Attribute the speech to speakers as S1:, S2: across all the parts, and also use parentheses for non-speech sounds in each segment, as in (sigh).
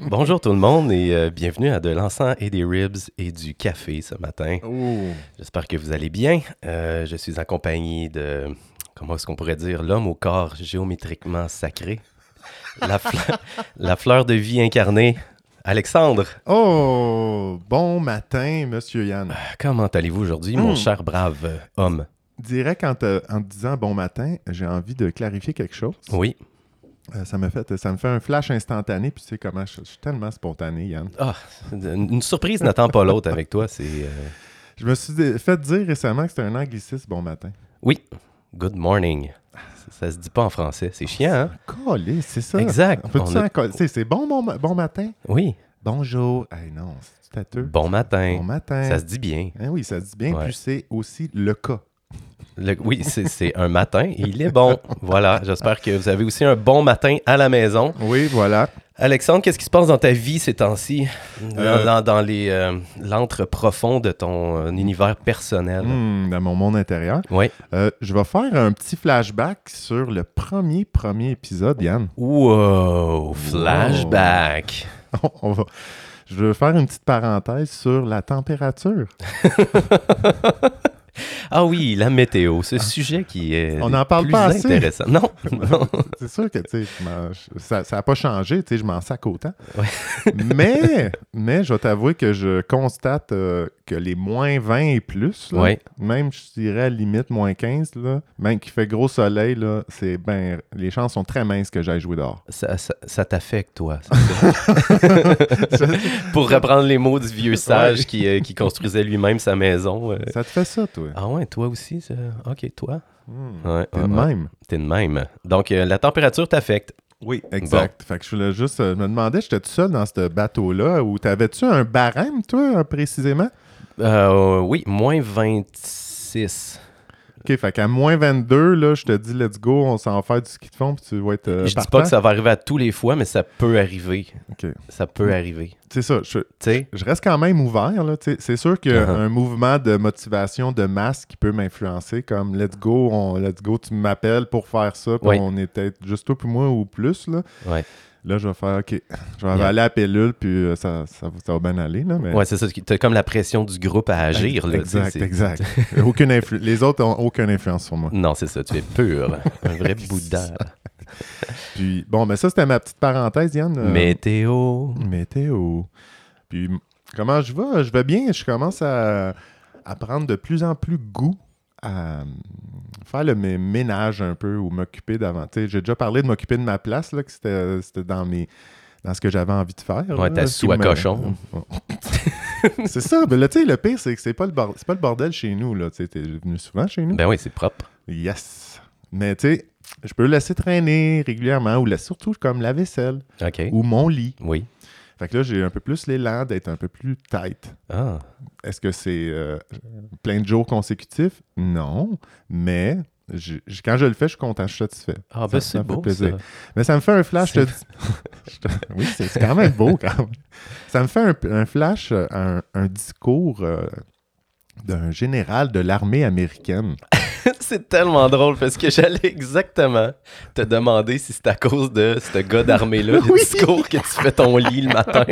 S1: Bonjour tout le monde et euh, bienvenue à de l'encens et des ribs et du café ce matin.
S2: Oh.
S1: J'espère que vous allez bien. Euh, je suis accompagné de, comment est-ce qu'on pourrait dire, l'homme au corps géométriquement sacré, la, fle- (laughs) la fleur de vie incarnée, Alexandre.
S2: Oh, bon matin, Monsieur Yann.
S1: Euh, Comment allez-vous aujourd'hui, mon
S2: Hmm.
S1: cher brave euh, homme?
S2: Direct en te, en te disant bon matin, j'ai envie de clarifier quelque chose.
S1: Oui.
S2: Euh, ça, me fait, ça me fait un flash instantané, puis tu sais comment je, je suis tellement spontané, Yann.
S1: Ah, une surprise n'attend pas l'autre avec toi, c'est... euh,
S2: Je me suis dé- fait dire récemment que c'était un anglicisme bon matin.
S1: Oui, good morning. Ça, ça se dit pas en français, c'est chiant, hein?
S2: Collé, c'est ça.
S1: Exact.
S2: On peut
S1: On a-
S2: C'est bon, bon, ma- bon matin.
S1: Oui,
S2: Bonjour. Hey, non, c'est tâteux.
S1: bon matin.
S2: Bon matin.
S1: Ça se dit bien.
S2: Hein, oui, ça se dit bien,
S1: Ouais.
S2: puis c'est aussi le cas.
S1: Le- oui, c'est c'est un matin et il est bon. Voilà, j'espère que vous avez aussi un bon matin à la maison.
S2: Oui, voilà.
S1: Alexandre, qu'est-ce qui se passe dans ta vie ces temps-ci? Dans,
S2: Euh,
S1: dans- dans les euh, l'antre profond de ton euh, univers personnel.
S2: Hmm, dans mon monde intérieur.
S1: Oui.
S2: Euh, je vais faire un petit flashback sur le premier, premier épisode, Yann. (laughs) euh,
S1: Wow, flashback.
S2: On va... Je veux faire une petite parenthèse sur la température.
S1: Ah oui, la météo, ce sujet qui est
S2: Ah. On n'en parle
S1: plus
S2: pas assez.
S1: intéressant.
S2: (laughs)
S1: Non, non.
S2: C'est sûr que tu sais, je m'en- je- ça n'a pas changé, tu sais, je m'en sac autant.
S1: Ouais.
S2: (laughs) mais, mais je vais t'avouer que je constate euh, que les moins 20 et plus, là,
S1: Ouais.
S2: même je dirais à la limite moins 15, là, même qu'il fait gros soleil, là, c'est ben, les chances sont très minces que j'aille
S1: (laughs)
S2: jouer dehors.
S1: Ça, ça- ça t'affecte, toi. c'est ça. Pour reprendre les mots du vieux sage
S2: Ouais.
S1: qui, euh, qui construisait lui-même sa maison. euh.
S2: Ça te fait ça, toi?
S1: Ah ouais, toi aussi, ça- ok, toi.
S2: Hmm.
S1: Ouais,
S2: T'es
S1: ouais,
S2: de
S1: ouais.
S2: même.
S1: T'es de même. Donc, euh, la température t'affecte.
S2: Oui, exact. Fait que je voulais juste. euh, Je me demandais, j'étais tout seul dans ce bateau-là ou t'avais-tu un barème, toi, euh, précisément?
S1: Euh, oui, moins 26.
S2: OK, fait qu'à moins 22, là, je te dis, let's go, on s'en va faire du ski de fond, puis tu vas être. euh,
S1: Je dis
S2: partant.
S1: pas que ça va arriver à tous les fois, mais ça peut arriver.
S2: OK. Mm.
S1: Ça peut arriver.
S2: C'est ça. Je,
S1: Tu sais?
S2: je reste quand même ouvert, là. tu sais. C'est sûr qu'il y a
S1: Uh-huh.
S2: un mouvement de motivation de masse qui peut m'influencer, comme let's go, on, let's go, tu m'appelles pour faire ça, puis
S1: Oui.
S2: on est peut-être juste toi, puis moi, ou plus, là.
S1: Ouais.
S2: Là, je vais faire, OK, je vais
S1: Yeah.
S2: aller à la pilule, puis euh, ça, ça, ça va bien aller, là. Mais...
S1: Ouais, c'est ça. T'as comme la pression du groupe à agir. là, tu sais,
S2: Exact,
S1: c'est-
S2: exact.
S1: (laughs)
S2: Aucune influ- Les autres n'ont aucune influence sur moi.
S1: Non, c'est ça. Tu es pur. Un
S2: (laughs)
S1: vrai Bouddha.
S2: Puis, bon, mais ça, c'était ma petite parenthèse, Yann. Euh,
S1: Météo.
S2: Météo. Puis, m- comment je vais? Je vais bien. Je commence à, à prendre de plus en plus goût à euh, faire le mé- ménage un peu ou m'occuper d'avant. Tu sais, j'ai déjà parlé de m'occuper de ma place, là, que c'était c'était dans mes... Dans ce que j'avais envie de faire.
S1: Ouais,
S2: là,
S1: ta
S2: ce qui
S1: soie
S2: me-
S1: cochon.
S2: (laughs) c'est ça. Mais là, tu sais, le pire, c'est que c'est pas, le bord- c'est pas le bordel chez nous. là. Tu sais, t'es venu souvent chez nous.
S1: Ben oui, c'est propre.
S2: Yes. Mais tu sais, je peux le laisser traîner régulièrement ou la- surtout comme la vaisselle
S1: OK.
S2: ou mon lit.
S1: Oui.
S2: Fait que là, j'ai un peu plus l'élan d'être un peu plus tight.
S1: Ah.
S2: Est-ce que c'est euh, plein de jours consécutifs? Non. Mais je- je- quand je le fais, je suis content, je suis satisfait.
S1: Ah, ben
S2: Ça- ça
S1: c'est
S2: me fait
S1: beau.
S2: plaisir.
S1: ça.
S2: Mais ça me fait un flash.
S1: C'est-
S2: je te dis- je te- (laughs) oui, c'est c'est quand même beau quand même. Ça me fait un, un flash, euh, un, un discours euh, d'un général de l'armée
S1: (laughs)
S2: américaine.
S1: C'est tellement drôle parce que j'allais exactement te demander si c'est à cause de ce gars
S2: (laughs)
S1: d'armée-là, le
S2: Oui.
S1: discours que tu fais ton lit le matin.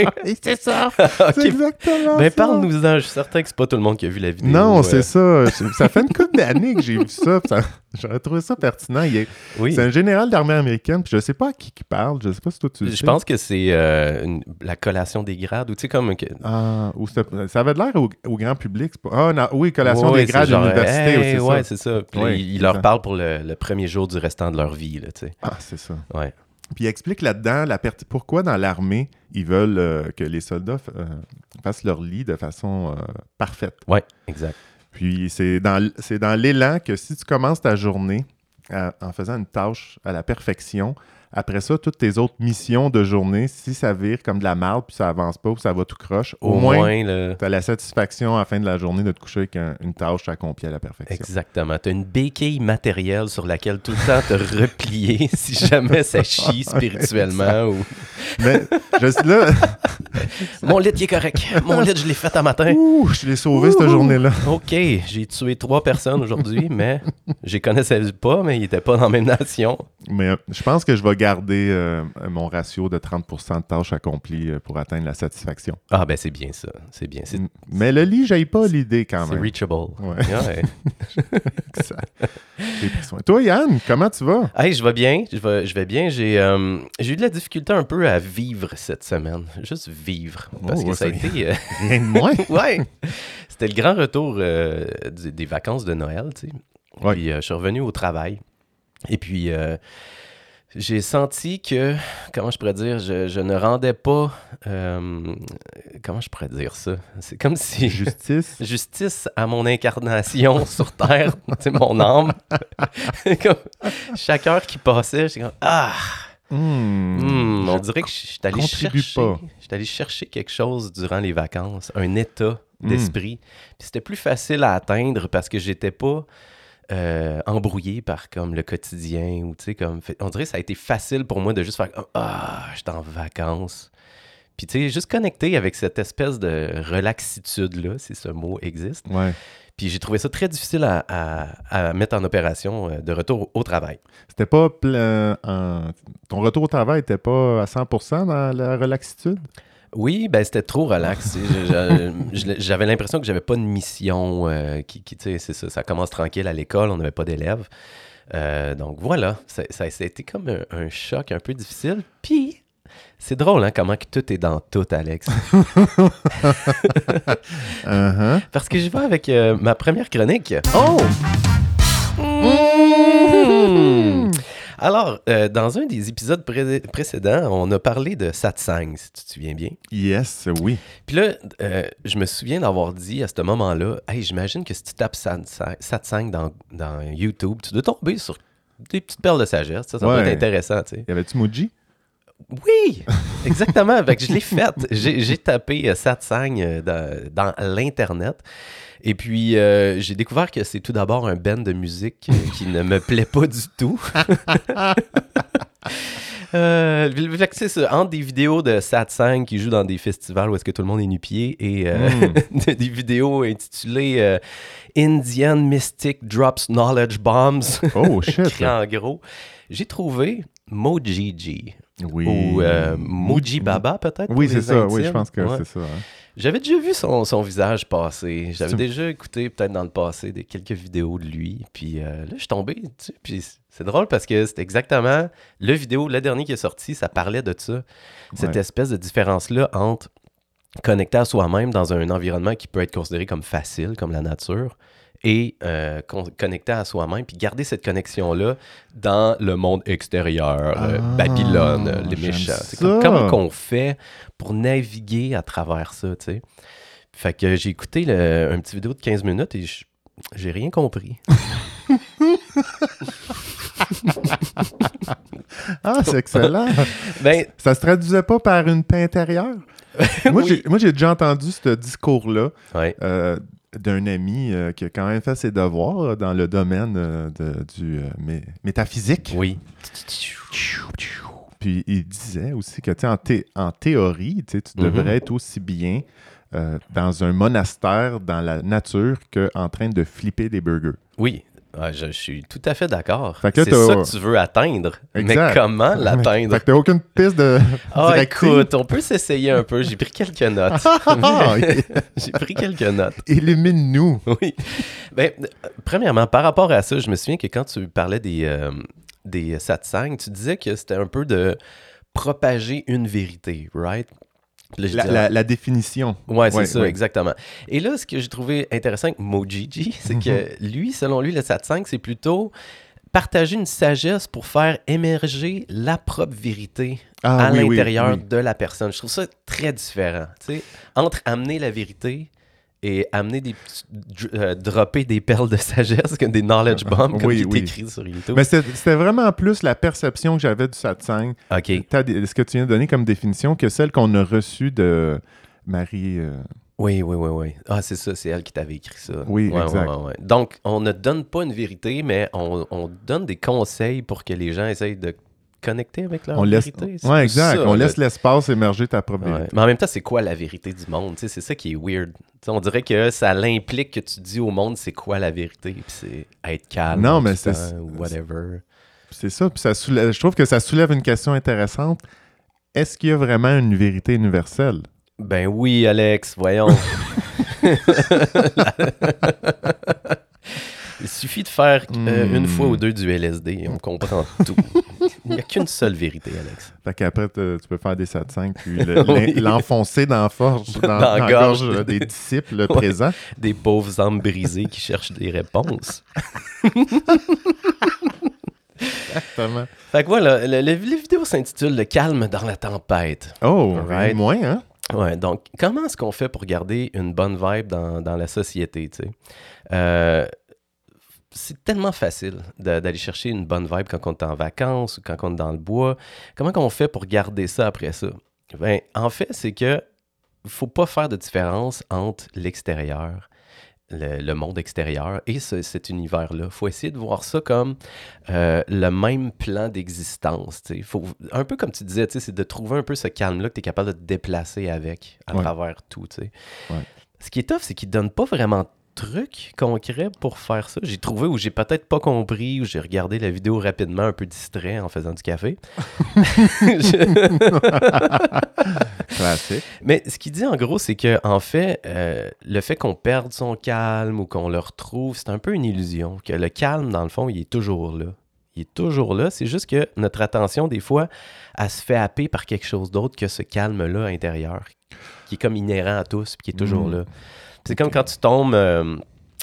S2: c'est ça! (laughs)
S1: (laughs)
S2: C'est
S1: ok.
S2: exactement
S1: Ben
S2: ça.
S1: parle-nous-en, je suis certain que c'est pas tout le monde qui a vu la vidéo.
S2: Non,
S1: euh,
S2: c'est ça. C'est- Ça fait une couple d'années que j'ai vu ça. puis ça- (laughs) J'aurais trouvé ça pertinent. Il est-
S1: Oui.
S2: C'est un général d'armée américaine, puis je sais pas à qui qui parle. Je sais pas si toi tu le
S1: Je
S2: sais.
S1: pense que c'est euh, une- la collation des grades, ou tu sais, comme. que-
S2: Ah, ou c'était- ça avait de l'air au, au grand public. c'est pas- Ah, non, oui, collation
S1: Ouais,
S2: des grades
S1: c'est genre,
S2: d'université.
S1: hey,
S2: c'est
S1: ouais,
S2: ça.
S1: c'est ça. Puis là,
S2: Ouais,
S1: il, il leur
S2: exact.
S1: parle pour le, le premier jour du restant de leur vie, là, tu sais.
S2: Ah, c'est ça.
S1: Ouais.
S2: Puis il explique là-dedans la perte- pourquoi dans l'armée, ils veulent euh, que les soldats f- euh, fassent leur lit de façon euh, parfaite.
S1: Ouais, exact.
S2: Puis c'est dans, l- c'est dans l'élan que si tu commences ta journée à- en faisant une tâche à la perfection, après ça, toutes tes autres missions de journée, si ça vire comme de la marde, puis ça avance pas, puis ça va tout croche, au, moins,
S1: le...
S2: tu as la satisfaction à la fin de la journée de te coucher avec un- une tâche accomplie à la perfection.
S1: Exactement. Tu as une béquille matérielle sur laquelle tout le temps te (laughs) replier si jamais
S2: (laughs)
S1: ça chie spirituellement. ou...
S2: Mais je suis là,
S1: Mon lit, il est correct. Mon lit, je l'ai fait à matin.
S2: ouh, je l'ai sauvé cette journée-là.
S1: OK, j'ai tué trois personnes aujourd'hui, mais je les connaissais pas, mais ils n'étaient pas dans la même nation.
S2: Mais euh, je pense que je vais garder euh, mon ratio de 30% de tâches accomplies euh, pour atteindre la satisfaction.
S1: Ah ben c'est bien ça, c'est bien. C'est
S2: M- Mais le lit, j'ai pas l'idée quand
S1: c'est
S2: même.
S1: reachable.
S2: Ouais.
S1: Ouais.
S2: (laughs) Exact. J'ai pris soin. Toi, Yann, comment tu vas?
S1: Hey, je vais bien, je vais, je vais bien. J'ai euh, j'ai eu de la difficulté un peu à vivre cette semaine. Juste vivre. Parce
S2: Oh,
S1: que
S2: ouais,
S1: ça a
S2: ça
S1: été. euh,
S2: Rien de moins.
S1: ouais! (laughs) C'était le grand retour euh, du- des vacances de Noël, tu sais.
S2: Ouais.
S1: Puis euh, je suis revenu au travail. Et puis euh, j'ai senti que, comment je pourrais dire, je, je ne rendais pas. euh, comment je pourrais dire ça? C'est comme si.
S2: (laughs) Justice.
S1: justice à mon incarnation (laughs) sur Terre, tu sais, mon âme. (laughs) Comme, chaque heure qui passait, j'étais comme Ah,
S2: Hmm.
S1: hmm, on dirait que je suis allé
S2: contribue
S1: chercher.
S2: pas.
S1: j'étais allé chercher quelque chose durant les vacances, un état
S2: Hmm.
S1: d'esprit. Puis c'était plus facile à atteindre parce que j'étais pas. euh, embrouillé par comme le quotidien ou tu sais comme fait- on dirait que ça a été facile pour moi de juste faire comme, ah j'étais en vacances puis tu sais juste connecté avec cette espèce de relaxitude là si ce mot existe
S2: Ouais.
S1: puis j'ai trouvé ça très difficile à, à- à mettre en opération euh, de retour au travail.
S2: C'était pas plein- en- Ton retour au travail n'était pas à 100% dans la relaxitude?
S1: Oui, ben c'était trop relax. Je- je- je- (laughs) J'avais l'impression que j'avais pas de mission. euh, qui, qui, tu sais, c'est ça, ça commence tranquille à l'école, on n'avait pas d'élèves. Euh, donc voilà, ça, ça, ça a été comme un, un choc un peu difficile. Puis c'est drôle, hein, comment que tout est dans tout, Alex.
S2: Uh-huh.
S1: Parce que je vais avec euh, ma première chronique.
S2: Oh!
S1: Mmh. Alors, euh, dans un des épisodes pré- précédents, on a parlé de satsang, si tu te souviens bien.
S2: Yes, oui.
S1: Puis là, euh, je me souviens d'avoir dit à ce moment-là, hey, j'imagine que si tu tapes satsang, satsang dans, dans YouTube, tu dois tomber sur des petites perles de sagesse. Ça, ça
S2: Ouais.
S1: peut être intéressant, tu sais.
S2: Y avait-tu Moji?
S1: Oui, exactement. Fait que je l'ai faite. J'ai j'ai tapé euh, Satsang euh, dans, dans l'Internet. Et puis, euh, j'ai découvert que c'est tout d'abord un band de musique euh, qui ne me plaît pas du tout. (laughs) Euh, fait que c'est ça, entre des vidéos de Satsang qui jouent dans des festivals où est-ce que tout le monde est nu-pied et euh, (laughs) des- des vidéos intitulées euh, Indian Mystic Drops Knowledge Bombs, (laughs)
S2: Oh, shit.
S1: écrit en gros, j'ai trouvé Mojiji
S2: oui.
S1: ou euh, Muji Baba peut-être.
S2: Oui,
S1: pour
S2: c'est
S1: les
S2: ça. Oui,
S1: intimes.
S2: je pense que
S1: Ouais.
S2: c'est ça. hein.
S1: J'avais déjà vu son, son visage passer. J'avais
S2: C'est-
S1: déjà écouté peut-être dans le passé des quelques vidéos de lui. Puis euh, là, je suis tombé dessus. Puis c- c'est drôle parce que c'est exactement le vidéo, le dernier qui est sorti, ça parlait de ça. Cette
S2: Ouais.
S1: espèce de différence-là entre connecter à soi-même dans un environnement qui peut être considéré comme facile, comme la nature, et euh, con- connecter à soi-même, puis garder cette connexion-là dans le monde extérieur, euh,
S2: Ah,
S1: Babylone, euh, les
S2: j'aime
S1: méchants. C'est
S2: ça.
S1: comme, comment qu'on fait pour naviguer à travers ça, tu sais. Fait que j'ai écouté le- un petit vidéo de 15 minutes et je- j'ai rien compris.
S2: Ah, c'est excellent.
S1: Ben,
S2: Ça se traduisait pas par une
S1: (laughs)
S2: paix intérieure? Moi, j'ai- moi, j'ai déjà entendu ce discours-là.
S1: ouais.
S2: euh, d'un ami euh, qui a quand même fait ses devoirs euh, dans le domaine euh, de- du euh, mé- métaphysique.
S1: Oui.
S2: Puis il disait aussi que tu sais, en, thé- en théorie, tu sais, tu
S1: Mhm.
S2: devrais être aussi bien euh, dans un monastère, dans la nature, qu'en train de flipper des burgers.
S1: Oui. Ah, je, je suis tout à fait d'accord.
S2: Fait
S1: C'est
S2: que là, t'as-
S1: ça que tu veux atteindre. Mais
S2: Exact.
S1: comment l'atteindre?
S2: Fait que t'as aucune piste de
S1: (laughs) Ah,
S2: directive.
S1: écoute, on peut s'essayer un peu. J'ai pris quelques notes.
S2: (laughs) Ah,
S1: (laughs) J'ai pris quelques notes.
S2: Élimine-nous.
S1: Oui. Ben, euh, premièrement, par rapport à ça, je me souviens que quand tu parlais des, euh, des satsangs, tu disais que c'était un peu de propager une vérité, right? Puis là, je
S2: La,
S1: disais,
S2: la- la définition.
S1: Ouais, c'est
S2: Ouais,
S1: ça,
S2: ouais.
S1: exactement. Et là, ce que j'ai trouvé intéressant avec Mojiji, c'est que
S2: Mm-hmm.
S1: lui, selon lui, le satsang, c'est plutôt partager une sagesse pour faire émerger la propre vérité
S2: Ah,
S1: à
S2: oui, oui,
S1: l'intérieur
S2: oui.
S1: de la personne. Je trouve ça très différent, tu sais, entre amener la vérité et amener des petits- dr- euh, dropper des perles de sagesse, (laughs) comme des knowledge bombs, comme
S2: Ah, Oui,
S1: qui est
S2: oui.
S1: écrit sur YouTube.
S2: Mais c'était c'était vraiment plus la perception que j'avais du satsang.
S1: OK.
S2: T'as des- ce Euh, que tu viens de donner comme définition que celle qu'on a reçue de Marie. euh,
S1: Oui, oui, oui, oui. Ah, c'est ça, c'est elle qui t'avait écrit ça.
S2: Oui,
S1: Ouais,
S2: exact.
S1: ouais, ouais, ouais. Donc, on ne donne pas une vérité, mais on, on donne des conseils pour que les gens essayent de connecter avec leur
S2: on laisse,
S1: vérité. Ah, C'est
S2: ouais,
S1: plus
S2: exact.
S1: ça,
S2: on
S1: là.
S2: laisse l'espace émerger ta propre
S1: Ouais.
S2: vérité.
S1: Mais en même temps, c'est quoi la vérité du monde? Tu sais, c'est ça qui est weird. Tu sais, on dirait que ça l'implique que tu dis au monde c'est quoi la vérité, puis c'est être calme.
S2: Non,
S1: tout
S2: mais
S1: le
S2: c'est-
S1: temps, ou Whatever.
S2: C'est ça. Puis ça soulève- je trouve que ça soulève une question intéressante. Est-ce qu'il y a vraiment une vérité universelle?
S1: Ben oui, Alex, voyons. Il suffit de faire euh, une fois ou deux du LSD et on comprend tout. Il n'y a qu'une seule vérité, Alex.
S2: Fait qu'après, te- tu peux faire des satsangs, puis
S1: (laughs)
S2: le-
S1: Oui.
S2: l'en- l'enfoncer dans, la
S1: (laughs)
S2: forge- dans,
S1: Dans
S2: dans la gorge
S1: gorge.
S2: euh,
S1: (laughs)
S2: des disciples présents.
S1: Des pauvres âmes brisées qui cherchent des réponses.
S2: Exactement.
S1: Fait que voilà, le, le- la vidéo s'intitule Le calme dans la tempête.
S2: Oh,
S1: Right.
S2: moins, hein?
S1: Ouais, donc comment est-ce qu'on fait pour garder une bonne vibe dans, dans la société, tu sais? Euh, c'est tellement facile de- d'aller chercher une bonne vibe quand on est en vacances ou quand on est dans le bois. Comment qu'on fait pour garder ça après ça? Ben, en fait, c'est que faut pas faire de différence entre l'extérieur, le, le monde extérieur et ce- cet univers-là. faut essayer de voir ça comme euh, le même plan d'existence. tu sais. Faut, un peu comme tu disais, tu sais, c'est de trouver un peu ce calme-là que tu es capable de te déplacer avec à
S2: Ouais.
S1: travers tout. tu sais.
S2: Ouais.
S1: Ce qui est tough, c'est qu'ils ne donnent pas vraiment de trucs concrets pour faire ça. J'ai trouvé ou j'ai peut-être pas compris ou j'ai regardé la vidéo rapidement, un peu distrait en faisant du
S2: (laughs)
S1: café. (laughs) Je-
S2: Classique.
S1: mais ce qu'il dit en gros, c'est que en fait, euh, le fait qu'on perde son calme ou qu'on le retrouve, c'est un peu une illusion. Que le calme, dans le fond, il est toujours là. Il est toujours là. C'est juste que notre attention, des fois, elle se fait happer par quelque chose d'autre que ce calme-là intérieur, qui est comme inhérent à tous, puis qui est toujours
S2: Mm.
S1: là. C'est comme quand tu tombes. euh,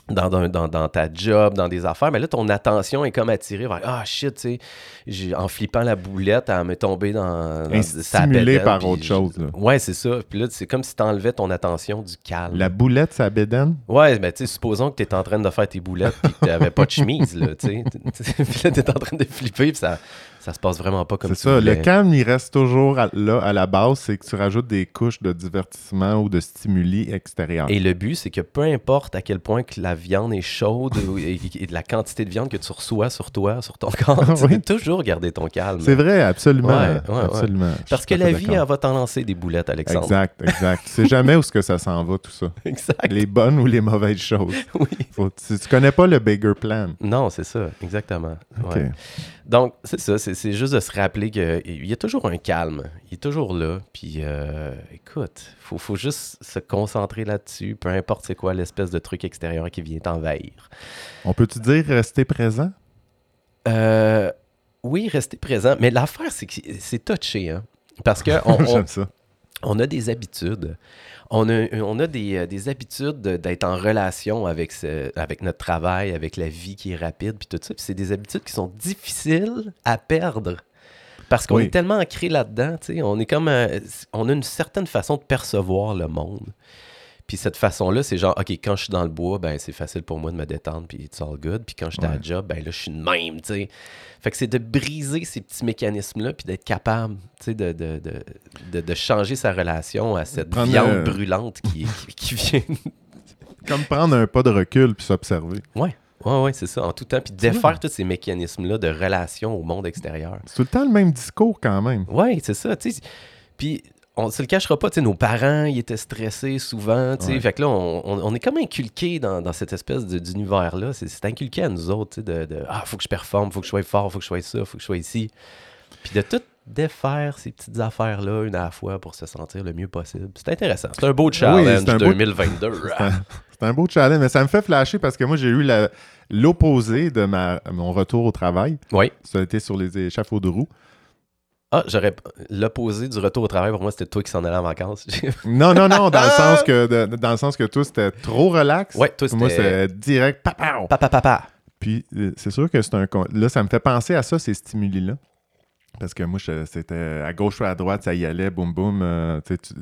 S1: dans, dans- dans- dans ta job, dans des affaires, mais là, ton attention est comme attirée vers Ah shit, tu sais, j'ai- en flippant la boulette, elle m'est tombée dans. dans sa
S2: Stimulé
S1: bédaine,
S2: par
S1: puis
S2: autre
S1: je-
S2: chose. là.
S1: Ouais, c'est ça. Puis là, c'est comme si t'enlevais ton attention du calme.
S2: La boulette, sa bédaine.
S1: Ouais, mais tu sais, supposons que t'es en train de faire tes boulettes puis que t'avais pas de chemise, là, tu sais. (laughs) Puis là, t'es en train de flipper puis ça, ça se passe vraiment pas comme
S2: C'est
S1: tu
S2: ça.
S1: voulais.
S2: Le calme, il reste toujours à- là à la base. C'est que tu rajoutes des couches de divertissement ou de stimuli extérieurs.
S1: Et le but, c'est que peu importe à quel point que la viande est chaude ou- et, et de la quantité de viande que tu reçois sur toi, sur ton (laughs) corps, tu
S2: Oui.
S1: dois toujours garder ton calme.
S2: C'est vrai, absolument.
S1: Ouais, ouais, ouais.
S2: absolument. Je suis
S1: Parce que
S2: tout à
S1: la
S2: fait
S1: vie,
S2: d'accord.
S1: elle va t'en lancer des boulettes, Alexandre.
S2: Exact, exact. tu sais jamais où ce que ça s'en va, tout ça.
S1: (laughs) Exact.
S2: Les bonnes ou les mauvaises choses.
S1: (laughs) Oui.
S2: Faut- tu, tu connais pas le bigger plan.
S1: Non, c'est ça, exactement.
S2: OK.
S1: Ouais. Donc, c'est ça, c'est c'est juste de se rappeler qu'il y a toujours un calme, il est toujours là. Puis, euh, écoute, faut, faut juste se concentrer là-dessus, peu importe c'est quoi l'espèce de truc extérieur qui vient t'envahir.
S2: On peut-tu dire rester présent?
S1: Euh, oui, rester présent, mais l'affaire, c'est que c'est touché, hein? Parce que on- on-
S2: (laughs) J'aime ça.
S1: on a des habitudes. On a, on a des, euh, des habitudes de- d'être en relation avec, ce- avec notre travail, avec la vie qui est rapide, puis tout ça. Puis c'est des habitudes qui sont difficiles à perdre. Parce qu'on
S2: Oui.
S1: est tellement ancré là-dedans, tu sais. On est comme. euh, on a une certaine façon de percevoir le monde. Puis cette façon-là, c'est genre, OK, quand je suis dans le bois, ben c'est facile pour moi de me détendre, puis it's all good. Puis quand j'étais à la job, ben là, je suis de même, tu sais. Fait que c'est de briser ces petits mécanismes-là, puis d'être capable, tu sais, de, de, de, de- de changer sa relation à cette
S2: Prendre
S1: viande
S2: un-
S1: brûlante qui, (laughs) qui, qui vient.
S2: Comme prendre un pas de recul puis s'observer.
S1: Ouais, ouais, ouais, c'est ça, en tout temps. Puis défaire tous ces mécanismes-là de relation au monde extérieur.
S2: C'est tout le temps le même discours quand même.
S1: Ouais, c'est ça, tu sais. Puis on se le cachera pas, tu sais, nos parents, ils étaient stressés souvent, tu sais.
S2: Ouais.
S1: Fait que là, on, on- on est comme inculqué dans, dans cette espèce de- d'univers-là. C'est c'est inculqué à nous autres, tu sais, de, de, Ah, faut que je performe, faut que je sois fort, faut que je sois ça, faut que je sois ici. Puis de tout défaire ces petites affaires-là une à la fois pour se sentir le mieux possible. C'est intéressant. C'est un beau challenge
S2: c'est un beau-
S1: 2022. (laughs)
S2: C'est un beau challenge, mais ça me fait flasher parce que moi, j'ai eu la- l'opposé de ma, mon retour au travail.
S1: oui.
S2: Ça a été sur les échafauds de roue.
S1: Ah, j'aurais... L'opposé du retour au travail, pour moi, c'était toi qui s'en allais en (laughs) vacances.
S2: Non, non, non,
S1: (laughs)
S2: dans le sens que, de- dans le sens que toi, c'était trop relax.
S1: Ouais, toi,
S2: Moi,
S1: c'était-
S2: c'était direct, papao.
S1: papa, papa.
S2: Puis euh, c'est sûr que c'est un. con- Là, ça me fait penser à ça, ces stimuli-là. Parce que moi, je- c'était à gauche ou à droite, ça y allait, boum, boum. euh, tu sais, tu-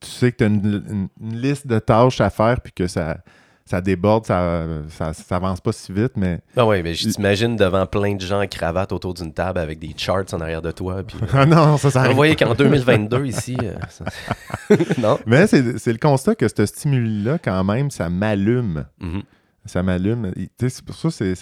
S2: tu sais que tu as une, une- une liste de tâches à faire, puis que ça, ça déborde, ça, ça, ça avance pas si vite, mais (laughs)
S1: Ah ouais, mais je t'imagine devant plein de gens en cravate autour d'une table avec des charts en arrière de toi. Puis,
S2: ah non, ça, ça
S1: vous
S2: arrive.
S1: voyez qu'en 2022 ici,
S2: (laughs)
S1: euh, ça- non.
S2: Mais c'est c'est le constat que ce stimuli-là, quand même, ça m'allume.
S1: Mhm.
S2: Ça m'allume. Et, tu sais, C'est pour ça, c'est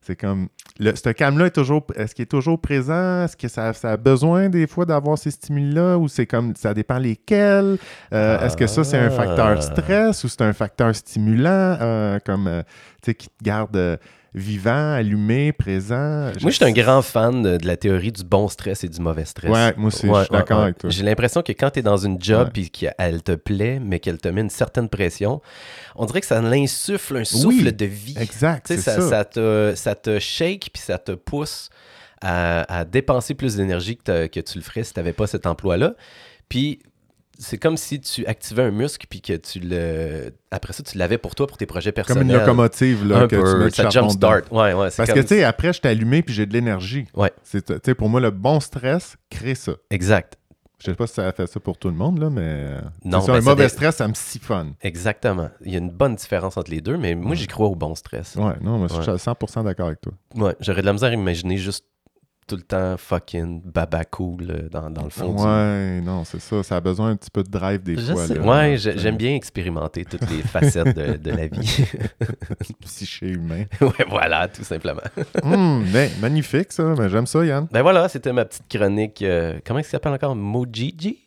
S2: c'est comme. Le, ce calme-là est toujours. Est-ce qu'il est toujours présent? Est-ce que ça, ça a besoin des fois d'avoir ces stimuli-là? Ou c'est comme. Ça dépend lesquels? Euh, Est-ce que ça, c'est un
S1: Ah.
S2: facteur stress ou c'est un facteur stimulant? euh, comme. euh, tu sais, qui te garde euh, vivant, allumé, présent?
S1: Moi, je suis un grand fan de, de la théorie du bon stress et du mauvais stress.
S2: Ouais, moi aussi, je suis d'accord avec toi.
S1: J'ai l'impression que quand tu es dans une job
S2: Ouais.
S1: puis qu'elle te plaît, mais qu'elle te met une certaine pression, on dirait que ça l'insuffle un souffle de vie.
S2: Exact.
S1: Tu sais,
S2: C'est
S1: ça, ça te, ça te shake puis ça te pousse à, à dépenser plus d'énergie que, t'as- que tu le ferais si tu n'avais pas cet emploi-là. Puis c'est comme si tu activais un muscle puis que tu le. Après ça, tu l'avais pour toi, pour tes projets
S2: Comme
S1: personnels.
S2: une locomotive, là,
S1: un
S2: que
S1: peu,
S2: tu mets du
S1: ça
S2: charbon
S1: jump
S2: dedans.
S1: start. Ouais, ouais, c'est
S2: Parce
S1: comme-
S2: que, tu sais, après, je suis allumé puis j'ai de l'énergie.
S1: Ouais.
S2: C'est, tu sais, pour moi, le bon stress crée ça.
S1: Exact.
S2: Je sais pas si ça fait ça pour tout le monde, là, mais. euh,
S1: Non,
S2: c'est ça,
S1: ben,
S2: un
S1: ça
S2: mauvais
S1: dé-
S2: stress, ça me siphonne.
S1: Exactement. Il y a une bonne différence entre les deux, mais moi, j'y crois au bon stress.
S2: Ouais, non, mais je suis
S1: Ouais.
S2: à 100% d'accord avec toi.
S1: Ouais, j'aurais de la misère à imaginer juste tout le temps fucking baba cool euh, dans, dans le fond du-
S2: Ouais, non, c'est ça. Ça a besoin un petit peu de drive des
S1: Je
S2: fois.
S1: sais.
S2: là.
S1: ouais,
S2: C'est
S1: j'ai- j'aime bien expérimenter toutes les facettes de, de la vie.
S2: (laughs)
S1: (laughs)
S2: Psyché (laughs) humain.
S1: ouais, voilà, tout simplement.
S2: Hum, ben, magnifique, ça. Ben, j'aime ça, Yann.
S1: Ben voilà, c'était ma petite chronique. euh, comment est-ce qu'il s'appelle encore Mojiji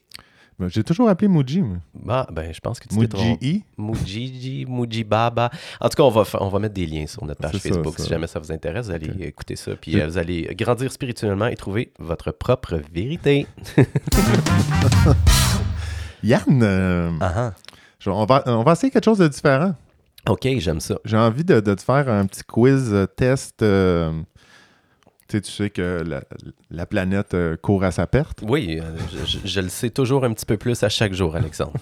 S2: Ben, j'ai toujours appelé Muji. moi.
S1: Bah, ben je pense que tu t'es
S2: Muji
S1: trompé.
S2: I.
S1: Mujiji, Mujibaba. En tout cas, on va, fa- on va mettre des liens sur notre page
S2: C'est ça,
S1: Facebook
S2: ça.
S1: si jamais ça vous intéresse. Vous allez écouter ça, puis
S2: J'ai-
S1: euh, vous allez grandir spirituellement et trouver votre propre vérité.
S2: Yann, euh,
S1: Ah
S2: je- on, va, on va essayer quelque chose de différent.
S1: ah. Ok, j'aime ça.
S2: J'ai envie de, de te faire un petit quiz euh, test. euh, tu sais, tu sais que la, la planète euh, court à sa perte.
S1: Oui, euh, je, je- je le sais toujours un petit peu plus à chaque jour, Alexandre.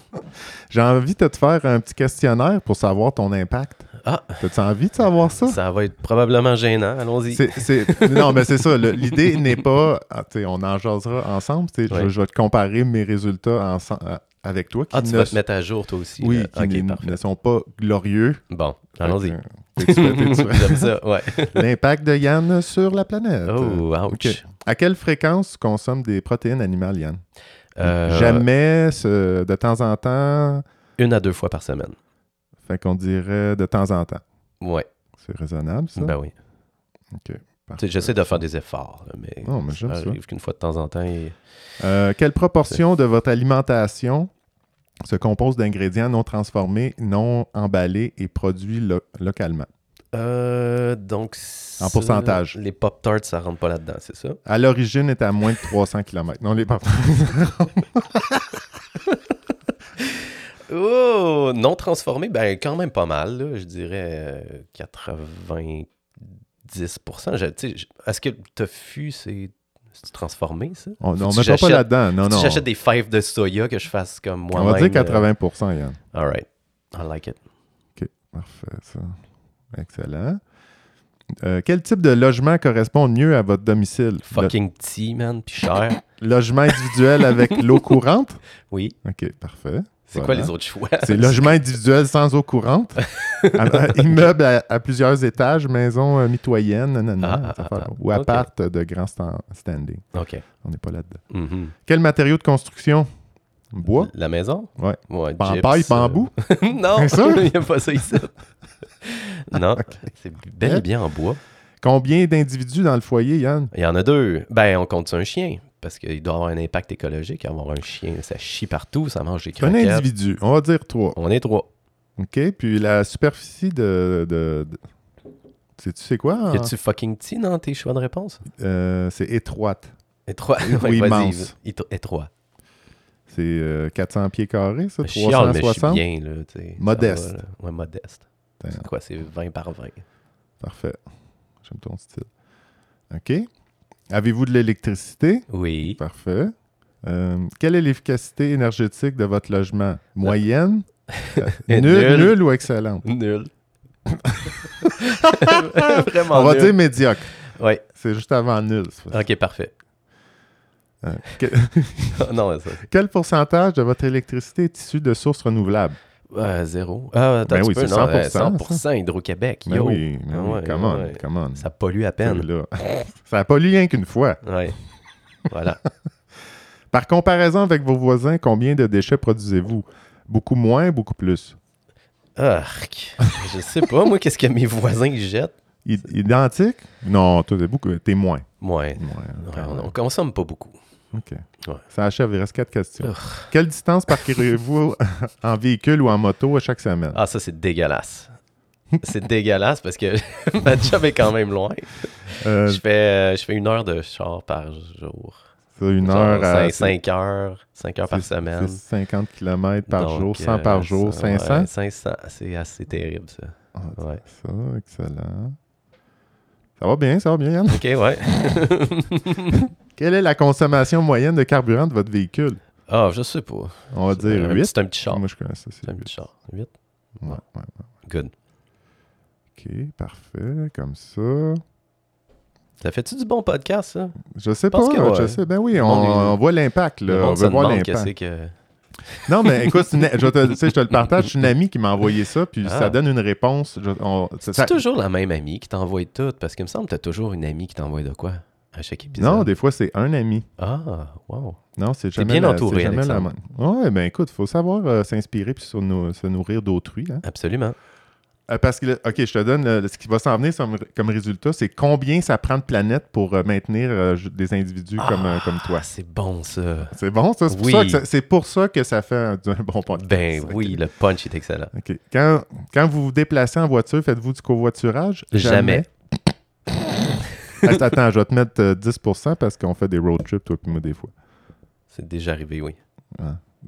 S2: J'ai envie de te faire un petit questionnaire pour savoir ton impact.
S1: Ah.
S2: T'as-tu envie de savoir ça?
S1: Ça va être probablement gênant. Allons-y.
S2: C'est- c'est- non, mais c'est ça. le- L'idée n'est pas. ah, tu sais, on en jasera ensemble. tu sais,
S1: Ouais.
S2: Je, je vais te comparer mes résultats ense- euh, avec toi. Qui
S1: Ah, tu
S2: ne
S1: vas
S2: s-
S1: te mettre à jour toi aussi.
S2: Oui,
S1: là.
S2: qui
S1: Ok,
S2: ne-
S1: parfait.
S2: ne sont pas glorieux.
S1: Bon, allons-y.
S2: Fait que, t'es-tu prêt,
S1: (laughs)
S2: t'es-tu prêt?
S1: J'aime ça,
S2: (laughs)
S1: ouais.
S2: L'impact de Yann sur la planète.
S1: Oh, ouch.
S2: ok. À quelle fréquence tu consommes des protéines animales, Yann?
S1: Euh,
S2: Jamais, ce- de temps en temps.
S1: Une à deux fois par semaine.
S2: Fait qu'on dirait de temps en temps.
S1: Ouais,
S2: C'est raisonnable, ça?
S1: ben oui. Tu sais, J'essaie de faire des efforts, là, mais,
S2: Non, mais j'aime
S1: ça
S2: ça.
S1: arrive qu'une fois de temps en temps. et-
S2: Euh, quelle proportion de votre alimentation se compose d'ingrédients non transformés, non emballés et produits lo- localement?
S1: Euh, donc. ça-
S2: En pourcentage.
S1: Les Pop-Tarts, ça rentre pas là-dedans, c'est ça?
S2: À l'origine, est à moins de 300 km. Non, les pas.
S1: Oh, non transformé, ben quand même pas mal, là, je dirais euh, 90%. Je- tu sais, je- Est-ce que tofu, c'est c'est-tu transformé, ça?
S2: On ne
S1: tu
S2: mettra pas
S1: j'achète-
S2: là-dedans. Non,
S1: Si
S2: non.
S1: j'achète des fèves de soya que je fasse comme moi
S2: On va dire 80 Yann.
S1: All right. I like it.
S2: Parfait, ça. Excellent. Euh, quel type de logement correspond mieux à votre domicile? Le-
S1: Fucking petit, man, puis
S2: (laughs)
S1: cher.
S2: logement individuel avec
S1: (laughs)
S2: l'eau courante?
S1: Oui.
S2: OK, parfait.
S1: C'est quoi
S2: Voilà.
S1: les autres choix?
S2: C'est logement individuel sans eau
S1: (laughs)
S2: courante. À- à- immeuble à, à plusieurs étages, maison euh, mitoyenne, nanana,
S1: Ah, ah,
S2: cette affaire-là.
S1: ah,
S2: ou
S1: ok.
S2: appart de grand stan- standing.
S1: (laughs) OK.
S2: On n'est pas là-dedans.
S1: Mhm.
S2: Quel matériau de construction? Bois?
S1: La maison?
S2: Ouais.
S1: Ouais,
S2: Pas en
S1: gyps,
S2: paille,
S1: euh,
S2: pas en bout?
S1: (laughs) non, (laughs)
S2: T'es sûr?
S1: il n'y a pas ça
S2: (laughs)
S1: ici. non, c'est bel et bien en bois.
S2: Combien d'individus dans le foyer, Yann?
S1: Il y en a deux. Ben, on compte sur un chien, parce qu'il doit avoir un impact écologique. Avoir un chien, ça chie partout, ça mange des
S2: Un
S1: croquettes.
S2: individu, on va dire trois.
S1: On est trois.
S2: OK, puis la superficie de... de- de- C'est- tu sais quoi? hein?
S1: Y a-tu fucking petit dans tes choix de réponse?
S2: Euh, c'est étroite.
S1: Étroit. (laughs)
S2: Ou immense.
S1: Étroit.
S2: C'est euh, 400 pieds carrés, ça?
S1: Je chiale, mais je suis
S2: 360?
S1: bien, là. tu sais. Ça
S2: Modeste.
S1: va, là. ouais, modeste.
S2: Putain,
S1: C'est quoi, c'est 20 par 20?
S2: Parfait. J'aime ton style. OK. Avez-vous de l'électricité? (laughs)
S1: Oui.
S2: Parfait. Euh, quelle est l'efficacité énergétique de votre logement?
S1: (laughs)
S2: Moyenne?
S1: Et
S2: Nulle nul,
S1: nulle.
S2: ou excellente?
S1: Nul. (laughs) Vraiment
S2: On va
S1: nul.
S2: dire médiocre.
S1: Ouais.
S2: C'est juste avant nul. c'est facile.
S1: Ok, parfait.
S2: Euh, que-
S1: (laughs)
S2: (laughs)
S1: non, ça,
S2: quel pourcentage de votre électricité est issu de sources renouvelables?
S1: euh, zéro. Ah, attends,
S2: Ben
S1: un
S2: oui,
S1: petit peu,
S2: c'est
S1: non,
S2: 100%,
S1: euh,
S2: ça.
S1: 100% Hydro-Québec,
S2: Ben
S1: yo. Ah
S2: oui, ben oui,
S1: Ouais,
S2: come on,
S1: ouais.
S2: come on.
S1: Ça pollue à peine.
S2: Là. (laughs) ça a pas lu rien qu'une fois. (laughs)
S1: Ouais. Voilà.
S2: Par comparaison avec vos voisins, combien de déchets produisez-vous? Beaucoup moins, beaucoup plus?
S1: Arc. Je sais pas, moi, qu'est-ce que mes voisins jettent.
S2: I- Identique? Non, toi, t'es beaucoup, t'es moins.
S1: Ouais.
S2: Moins,
S1: Ouais,
S2: quand
S1: on,
S2: même.
S1: on consomme pas beaucoup.
S2: OK.
S1: Ah, Ouais.
S2: Ça achève, il reste quatre questions.
S1: Ugh.
S2: Quelle distance parquerez-vous (laughs) en véhicule ou en moto à chaque semaine?
S1: Ah, ça, c'est dégueulasse. C'est dégueulasse parce que (laughs) ma job est quand même loin.
S2: Euh,
S1: Je fais, euh, je fais une heure de char par jour.
S2: c'est une
S1: Genre
S2: heure à...
S1: 5, heures, 5 heures par
S2: c'est-
S1: semaine.
S2: c'est 50 km par
S1: Donc,
S2: jour, 100
S1: euh,
S2: par jour,
S1: ça,
S2: 500?
S1: ouais, 500, c'est assez terrible ça.
S2: Ah,
S1: Ouais.
S2: Ça, excellent. Ça va bien, ça va bien, Yann?
S1: Ok, ouais.
S2: Quelle est la consommation moyenne de carburant de votre véhicule?
S1: Ah, je sais pas.
S2: On va dire
S1: Un
S2: 8.
S1: petit- C'est un petit char.
S2: Moi, je connais ça, c'est
S1: C'est un
S2: 8.
S1: petit char. 8.
S2: Ouais, ouais.
S1: Good.
S2: OK, parfait, comme ça.
S1: Ça fait-tu du bon podcast, ça?
S2: Je sais pas,
S1: Pense que
S2: je
S1: ouais.
S2: sais. Ben oui, on,
S1: monde est-
S2: on voit l'impact, là.
S1: Le
S2: on
S1: monde se
S2: veut voir
S1: demande qu'est-ce
S2: l'impact.
S1: que c'est que...
S2: Non,
S1: (laughs)
S2: mais écoute, c'est une- je te, tu sais, je te le partage, c'est une amie qui m'a envoyé ça, puis
S1: Ah.
S2: ça donne une réponse. Je- on- ça-
S1: C'est
S2: ça-
S1: toujours la même amie qui t'envoie tout, parce qu'il me semble que t'as toujours une amie qui t'envoie de quoi à chaque épisode.
S2: non, des fois, c'est un ami.
S1: Ah, wow.
S2: Non, c'est
S1: T'es
S2: jamais
S1: bien
S2: la-
S1: entouré,
S2: c'est jamais la
S1: Alexandre.
S2: même. Ouais, ben écoute, faut savoir euh, s'inspirer puis se, nou- se nourrir d'autrui. hein.
S1: Absolument.
S2: Euh, parce que, le- OK, je te donne le- ce qui va s'en venir som- comme, résultat, c'est combien ça prend de planète pour euh, maintenir euh, ju- des individus comme, euh, comme toi.
S1: Ah, c'est bon, ça.
S2: C'est bon, ça? C'est pour,
S1: Oui.
S2: ça que ça- c'est pour ça que ça fait un, un bon podcast.
S1: Ben
S2: OK.
S1: oui, le punch est excellent.
S2: OK. Quand, quand vous vous déplacez en voiture, faites-vous du covoiturage?
S1: Jamais.
S2: attends, attends, je vais te mettre euh, 10% parce qu'on fait des road trips, toi et moi, des fois.
S1: C'est déjà arrivé, oui.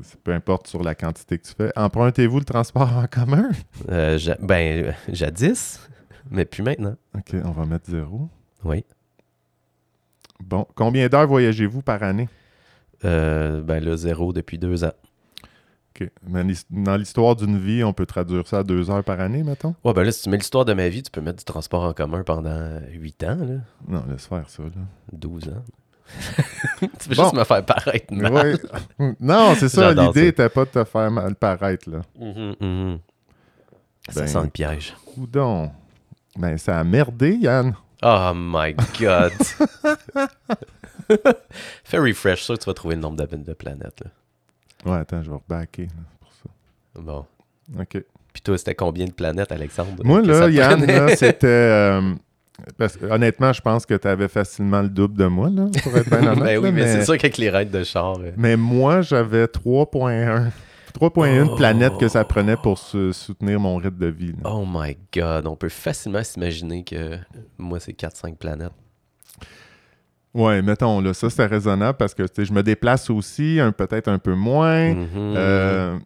S2: C'est- Peu importe sur la quantité que tu fais. Empruntez-vous le transport en commun?
S1: Euh, ja- ben, euh, jadis, mais plus maintenant.
S2: OK, on va mettre zéro.
S1: Oui.
S2: Bon, combien d'heures voyagez-vous par année?
S1: Euh, ben là, zéro depuis deux ans.
S2: OK. Mais l'his- dans l'histoire d'une vie, on peut traduire ça à deux heures par année, mettons?
S1: Ouais, ben là, si tu mets l'histoire de ma vie, tu peux mettre du transport en commun pendant huit ans, là.
S2: Non, laisse faire
S1: (laughs)
S2: ça, là.
S1: 12 ans. tu veux
S2: Bon.
S1: juste me faire paraître mal.
S2: Ouais. (laughs) Non, c'est ça,
S1: J'adore ça.
S2: l'idée était pas de te faire mal paraître, là.
S1: Mhm, mhm. Ça
S2: Ben.
S1: sent le piège.
S2: Coudon. Ben, ça a merdé, Yann.
S1: Oh my
S2: (laughs)
S1: god. Fais refresh, sûr que tu vas trouver le nombre d'appels de planètes. là.
S2: Ouais, attends, je vais rebacker, là, c'est pour ça.
S1: Bon.
S2: OK.
S1: Puis toi, c'était combien de planètes, Alexandre?
S2: Moi,
S1: que
S2: là,
S1: ça te
S2: Yann,
S1: prenait?
S2: là, c'était... euh, parce que, honnêtement, je pense que tu avais facilement le double de moi, là, pour être bien
S1: (laughs)
S2: honnête.
S1: ben oui,
S2: là,
S1: mais, c'est
S2: mais- Mm.
S1: sûr qu'avec les raids de char. euh,
S2: Mais moi, j'avais 3.1. 3.1
S1: Oh.
S2: planètes que ça prenait pour se- soutenir mon rythme de vie. là.
S1: Oh my god, on peut facilement s'imaginer que moi, c'est 4-5 planètes.
S2: Ouais, mettons, là, ça, c'était raisonnable parce que tu sais, je me déplace aussi, un- peut-être un peu moins.
S1: Mhm.
S2: Mm. Euh,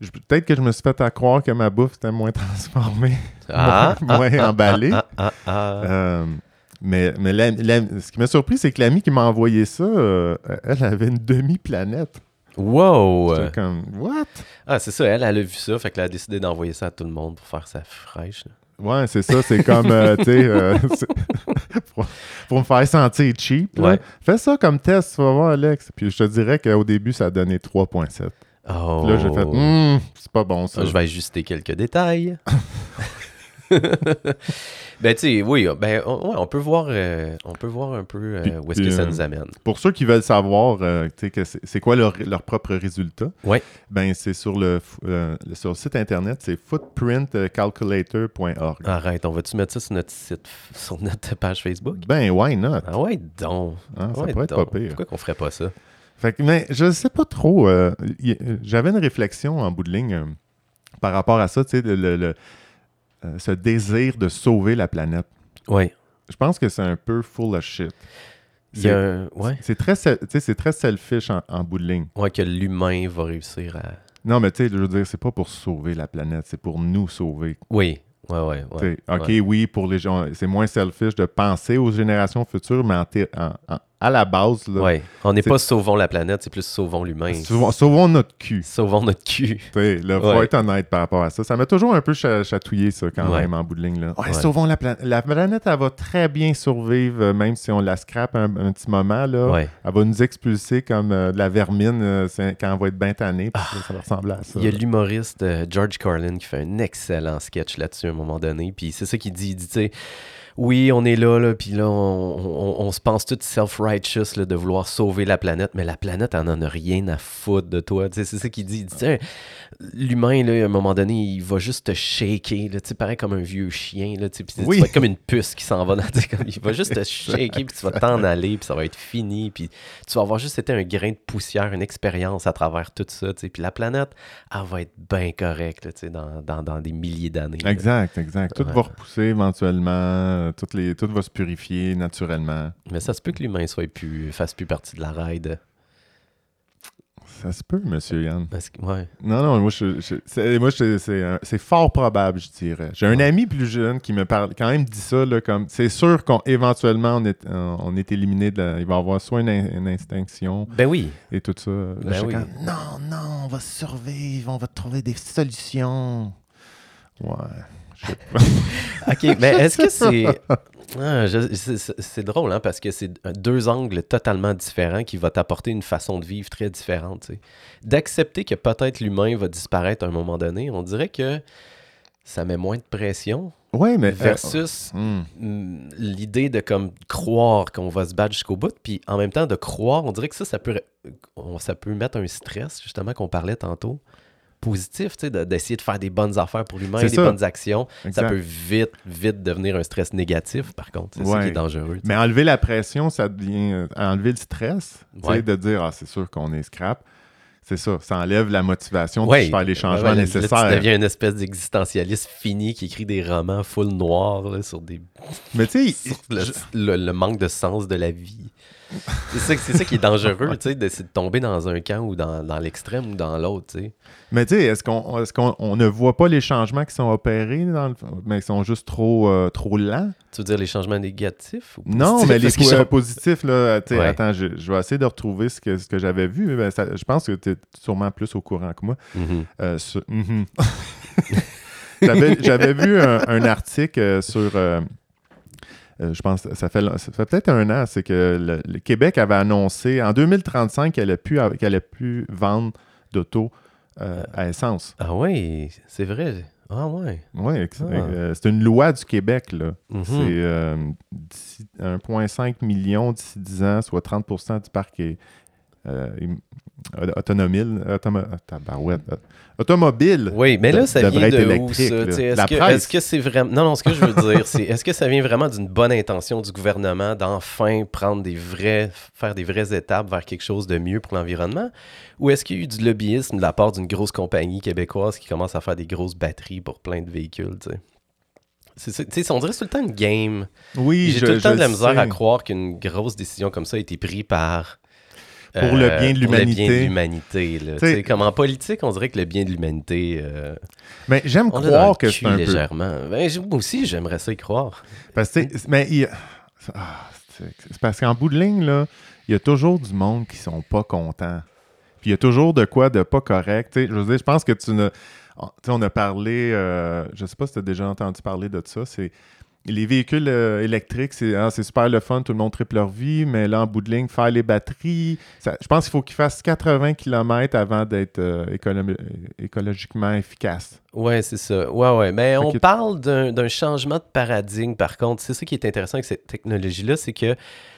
S2: je- peut-être que je me suis fait à croire que ma bouffe était moins (laughs) transformée,
S1: Ah,
S2: moins, moins emballée.
S1: ah, ah, ah.
S2: Euh, mais mais la- la- ce qui m'a surpris, c'est que l'amie qui m'a envoyé ça, euh, elle avait une demi-planète.
S1: Wow!
S2: J'étais comme, what?
S1: Ah, c'est ça, elle, elle a vu ça, fait qu'elle a décidé d'envoyer ça à tout le monde pour faire sa fraîche. là.
S2: Ouais, c'est ça, c'est comme, euh, tu sais, euh, (laughs) c'est- pour, pour me faire sentir cheap. là.
S1: Ouais.
S2: Fais ça comme test, tu vas voir, Alex. Puis je te dirais qu'au début, ça donnait 3,7.
S1: Oh!
S2: Puis Là, j'ai fait, Hmm, c'est pas bon ça.
S1: Ça, je vais ajuster quelques
S2: (laughs)
S1: détails. (laughs) ben, tu sais, oui, ben, on, ouais, on peut voir, euh, on peut voir un peu euh,
S2: Puis-
S1: où est-ce
S2: puis,
S1: que ça
S2: euh,
S1: nous amène.
S2: Pour ceux qui veulent savoir, euh, tu sais, que c'est c'est quoi leur, leur propre résultat,
S1: Ouais.
S2: ben, c'est sur le, f- euh, sur le site internet, c'est footprintcalculator.org.
S1: Arrête, on va-tu mettre ça sur notre site, f- sur notre page Facebook?
S2: Ben, why not?
S1: Ah ouais, donc.
S2: Hein, ça
S1: Ouais,
S2: pourrait être
S1: donc.
S2: pas pire.
S1: Pourquoi qu'on ferait pas ça?
S2: Fait que, mais je sais pas trop. euh, y- euh, J'avais une réflexion en bout de ligne euh, par rapport à ça, tu sais, le- le- le- euh, ce désir de sauver la planète.
S1: Ouais.
S2: Je pense que c'est un peu full of shit.
S1: Il y a
S2: C'est
S1: un- ouais.
S2: c'est très, se- tu sais, c'est très selfish en, en bout de ligne.
S1: Ouais, que l'humain va réussir à.
S2: Non, mais tu sais, je veux dire, c'est pas pour sauver la planète, c'est pour nous sauver.
S1: Oui, ouais, ouais. ouais.
S2: Tu sais, ok,
S1: ouais.
S2: oui, pour les gens, c'est moins selfish de penser aux générations futures, mais en, thé- en- en- à la base. Là,
S1: Ouais. ben, On n'est pas sauvons la planète, c'est plus sauvons l'humain.
S2: sauvons, sauvons notre cul.
S1: Sauvons notre cul.
S2: Tu sais, Là, faut
S1: Ouais.
S2: être honnête par rapport à ça. Ça m'a toujours un peu cha- chatouillé, ça, quand
S1: Ouais.
S2: même, en bout de ligne. Là. Ouais,
S1: Ouais.
S2: Sauvons la planète. La planète, elle va très bien survivre, euh, même si on la scrape un, un petit moment. Là.
S1: Ouais.
S2: Elle va nous expulser comme euh, de la vermine euh, c'est- quand on va être bien tanné. parce que Ça va ressembler à ça.
S1: Il y a
S2: là.
S1: l'humoriste euh, George Carlin qui fait un excellent sketch là-dessus à un moment donné. Puis c'est ça qu'il dit. Il dit, tu sais, oui, on est là, là puis là, on, on- on se pense tout self-righteous là, de vouloir sauver la planète, mais la planète elle en a rien à foutre de toi. Tu sais, c'est ça qu'il dit. Il dit, tiens, l'humain, là, à un moment donné, il va juste te shaker. Là, tu sais, pareil comme un vieux chien. Là, tu sais, puis
S2: Oui.
S1: tu vas être comme une puce qui s'en va. Dans, tu sais, comme, il va juste
S2: (laughs)
S1: te shaker, puis tu vas t'en aller, puis ça va être fini. Puis tu vas avoir juste été un grain de poussière, une expérience à travers tout ça. tu sais. Puis la planète, elle va être bien correcte là, tu sais, dans, dans, dans des milliers d'années. là.
S2: Exact, exact. Tout
S1: Ouais.
S2: va repousser éventuellement. euh, Toutes les, tout va se purifier naturellement.
S1: Mais ça se peut que l'humain soit plus, fasse plus partie de la ride.
S2: Ça se peut, monsieur Yann.
S1: Parce que- ouais.
S2: Non, non, moi, je, je- c'est, moi je- c'est, un- c'est fort probable, je dirais. J'ai un ami plus jeune qui me parle, quand même dit ça, là, comme c'est sûr qu'on éventuellement on est, euh, on est éliminé, de la- il va y avoir soit une, in- une extinction
S1: Ben oui.
S2: et tout ça. Là,
S1: Ben
S2: je suis
S1: oui.
S2: comme, non, non, on va survivre, on va trouver des solutions. Ouais.
S1: OK, (laughs) mais est-ce que c'est... Ah, je- c'est- c'est c'est drôle, hein, parce que c'est deux angles totalement différents qui vont t'apporter une façon de vivre très différente. tu sais. D'accepter que peut-être l'humain va disparaître à un moment donné, on dirait que ça met moins de pression
S2: Ouais, mais. euh,
S1: versus
S2: hmm.
S1: mm, l'idée de comme croire qu'on va se battre jusqu'au bout, puis en même temps de croire, on dirait que ça, ça peut, on- ça peut mettre un stress, justement, qu'on parlait tantôt, positif, tu sais, de- d'essayer de faire des bonnes affaires pour l'humain,
S2: C'est
S1: des
S2: ça.
S1: bonnes actions.
S2: Exact.
S1: Ça peut vite, vite devenir un stress négatif, par contre. C'est ça
S2: Ouais.
S1: qui est dangereux. tu sais.
S2: Mais enlever la pression, ça devient. euh, enlever le stress, tu sais,
S1: Ouais.
S2: de dire, ah, c'est sûr qu'on est scrap. C'est ça, ça enlève la motivation de
S1: Ouais.
S2: faire les changements
S1: Ouais, ouais, là, là,
S2: nécessaires.
S1: tu deviens une espèce d'existentialiste fini qui écrit des romans full noirs là, sur, des,
S2: Mais tu sais,
S1: (laughs) sur le, le- le manque de sens de la vie. C'est ça, c'est ça qui est
S2: (laughs)
S1: dangereux, tu sais, de, c'est de tomber dans un camp ou dans, dans l'extrême ou dans l'autre, tu sais.
S2: mais tu sais, est-ce qu'on est-ce qu'on on ne voit pas les changements qui sont opérés dans le- mais ils sont juste trop euh, trop lents
S1: Tu veux dire les changements négatifs ou
S2: Non,
S1: positifs?
S2: mais les
S1: Parce que
S2: po-
S1: j'ai-
S2: euh, positifs là, tu sais,
S1: Ouais.
S2: attends, je, je vais essayer de retrouver ce que ce que j'avais vu, mais ben, ça- je pense que tu es sûrement plus au courant que moi.
S1: Mhm.
S2: Euh, sur- Mhm. (laughs) J'avais- J'avais vu un, un article euh, sur. euh, euh, je pense ça fait, ça fait peut-être un an, c'est que le, le Québec avait annoncé en 2035 qu'elle allait plus, av- qu'elle allait plus vendre d'auto euh, à essence.
S1: Ah oui, c'est vrai. Ah ouais.
S2: Oui, ex-
S1: Ah.
S2: euh, c'est une loi du Québec. là.
S1: Mhm.
S2: C'est euh, d'ici 1,5 million d'ici 10 ans, soit 30 du parc est, euh, im- auto- automobile. automo- ah, tabarouette, euh, automobile.
S1: Oui, mais là,
S2: de-
S1: ça
S2: devrait
S1: vient de
S2: être
S1: où,
S2: électrique,
S1: ça?
S2: là.
S1: Tu sais,
S2: La
S1: Est-ce que,
S2: presse.
S1: est-ce que c'est vraiment... Non, non, ce que je veux dire, c'est est-ce que ça vient vraiment d'une bonne intention du gouvernement d'enfin prendre des vrais... faire des vraies étapes vers quelque chose de mieux pour l'environnement? Ou est-ce qu'il y a eu du lobbyisme de la part d'une grosse compagnie québécoise qui commence à faire des grosses batteries pour plein de véhicules, tu sais? C'est ça- tu sais, on dirait que c'est tout le temps une game.
S2: Oui,
S1: J'ai
S2: je-
S1: tout le temps
S2: je
S1: de la misère à
S2: sais.
S1: croire qu'une grosse décision comme ça a été prise par. euh,
S2: Pour le bien de
S1: pour le bien de
S2: l'humanité.
S1: l'humanité, là.
S2: T'sais-
S1: Tu sais, comme en politique, on dirait que le bien de l'humanité. euh,
S2: Mais j'aime
S1: on l'a dans
S2: croire
S1: le
S2: que
S1: cul
S2: c'est un peu.
S1: légèrement. Ben, j- moi aussi, j'aimerais ça y croire.
S2: Parce que, tu sais, mais il- ah, c'est c'est parce qu'en bout de ligne, là, il y a toujours du monde qui sont pas contents. Puis il y a toujours de quoi de pas correct. Tu sais, Je veux dire, je pense que tu ne. on- tu sais, on a parlé, euh, je sais pas si tu as déjà entendu parler de ça, c'est les véhicules euh, électriques, c'est ah, c'est super le fun, tout le monde triple leur vie, mais là, en bout de ligne, faire les batteries, ça- je pense qu'il faut qu'ils fassent 80 km avant d'être euh, économi- écologiquement efficace.
S1: Ouais, c'est ça. Ouais, ouais. Mais on
S2: que-
S1: parle d'un d'un changement de paradigme, par contre. C'est ça qui est intéressant avec cette technologie-là, c'est que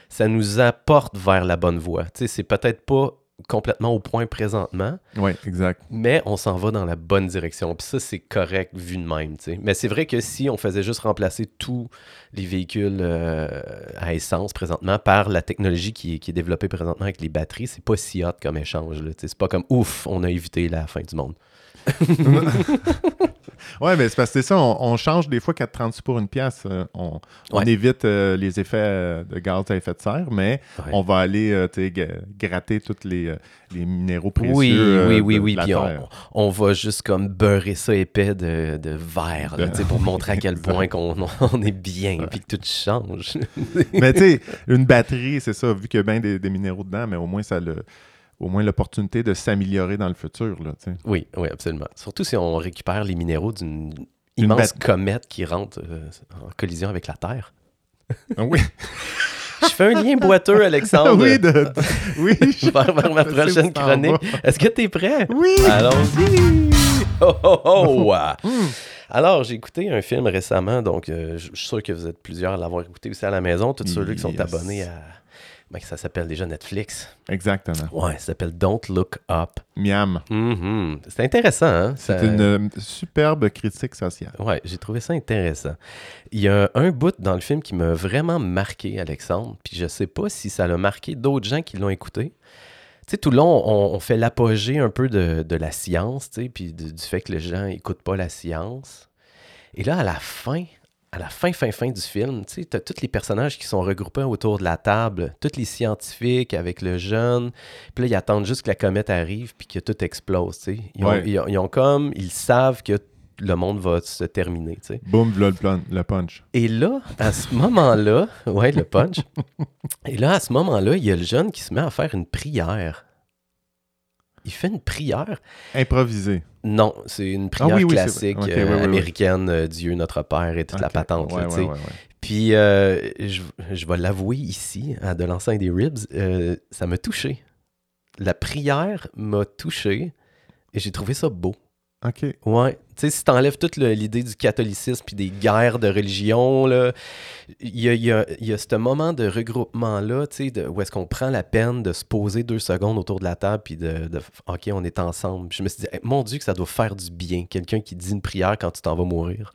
S1: ça nous apporte vers la bonne voie. Tu sais, c'est peut-être pas complètement au point présentement,
S2: Oui, exact.
S1: mais on s'en va dans la bonne direction. Puis ça, c'est correct vu de même. tu sais. Mais c'est vrai que si on faisait juste remplacer tous les véhicules euh, à essence présentement par la technologie qui est, qui est développée présentement avec les batteries, c'est pas si hot comme échange. là, tu sais. C'est pas comme ouf, on a évité la fin du monde.
S2: ouais, mais c'est parce que c'est ça, on, on change des fois 4,36 pour une pièce. euh, on, on évite euh, les effets euh, de gaz à effet de serre, mais
S1: Ouais.
S2: on va aller euh, tu sais, gra- gratter tous les, euh, les minéraux précieux.
S1: Oui,
S2: euh,
S1: oui,
S2: de-
S1: oui,
S2: de
S1: oui.
S2: la
S1: Puis on, (laughs)
S2: Terre.
S1: on va juste comme beurrer ça épais de, de verre, là,
S2: De-
S1: tu
S2: (laughs)
S1: sais, pour montrer à quel
S2: Exact.
S1: point qu'on on est bien, puis que tout change.
S2: mais tu sais, une batterie, c'est ça, vu qu'il y a bien des, des minéraux dedans, mais au moins ça le au moins l'opportunité de s'améliorer dans le futur. Là, tu sais.
S1: Oui, oui, absolument. Surtout si on récupère les minéraux d'une immense
S2: bat-
S1: comète qui rentre euh, en collision avec la Terre.
S2: Ah (laughs) oui,
S1: Je fais un lien
S2: (laughs)
S1: boiteux, Alexandre.
S2: Ah oui, de- de- oui, je-
S1: (laughs) vers, vers
S2: (laughs)
S1: ma
S2: Je sais où
S1: prochaine
S2: tu t'en
S1: chronique. Est-ce que t'es prêt?
S2: oui. (laughs)
S1: Allons-y! Oh, oh, oh!
S2: Hmm.
S1: Alors, j'ai écouté un film récemment, donc euh, je je suis sûr que vous êtes plusieurs à l'avoir écouté aussi à la maison, tous ceux qui sont
S2: Yes.
S1: abonnés à... ben, ça s'appelle déjà Netflix.
S2: Exactement.
S1: Ouais, ça s'appelle Don't Look Up.
S2: Miam.
S1: Mhm. C'est intéressant, hein?
S2: C'est
S1: Ça-
S2: une euh, superbe critique sociale.
S1: Ouais, j'ai trouvé ça intéressant. Il y a un bout dans le film qui m'a vraiment marqué, Alexandre, puis je sais pas si ça l'a marqué d'autres gens qui l'ont écouté. Tu sais, tout le long, on, on fait l'apogée un peu de, de la science, tu sais, puis du, du fait que les gens n'écoutent pas la science. Et là, à la fin, à la fin, fin, fin du film, tu sais, t'as tous les personnages qui sont regroupés autour de la table, tous les scientifiques avec le jeune, puis là, ils attendent juste que la comète arrive, puis que tout explose, tu sais. Ils, ont-
S2: Ouais.
S1: ils ont- ils ont comme, ils savent que le monde va se terminer, tu sais.
S2: Boum, v'là le, plan- le punch.
S1: Et là, à ce moment-là, ouais, le punch. Et là, à ce moment-là, il y a le jeune qui se met à faire une prière. Il fait une prière.
S2: Improvisé.
S1: Non, c'est une prière
S2: Ah oui, oui, c'est vrai.
S1: classique
S2: Ok,
S1: euh,
S2: oui, oui, oui.
S1: américaine, euh, Dieu notre Père et toute la
S2: Ok.
S1: patente. là, tu
S2: Ouais, ouais,
S1: sais.
S2: ouais, ouais.
S1: Puis, euh, je, je vais l'avouer ici, à De l'enceinte des Ribs, euh, ça m'a touché. La prière m'a touché et j'ai trouvé ça beau. (laughs)
S2: OK.
S1: Ouais. Tu sais, si t'enlèves toute le- l'idée du catholicisme puis des guerres de religion, là, il y a, il y a- il y a ce moment de regroupement-là, tu sais, de- où est-ce qu'on prend la peine de se poser deux secondes autour de la table puis de, de- OK, on est ensemble. Puis Je me suis dit, Hey, mon Dieu, que ça doit faire du bien, quelqu'un qui dit une prière quand tu t'en vas mourir.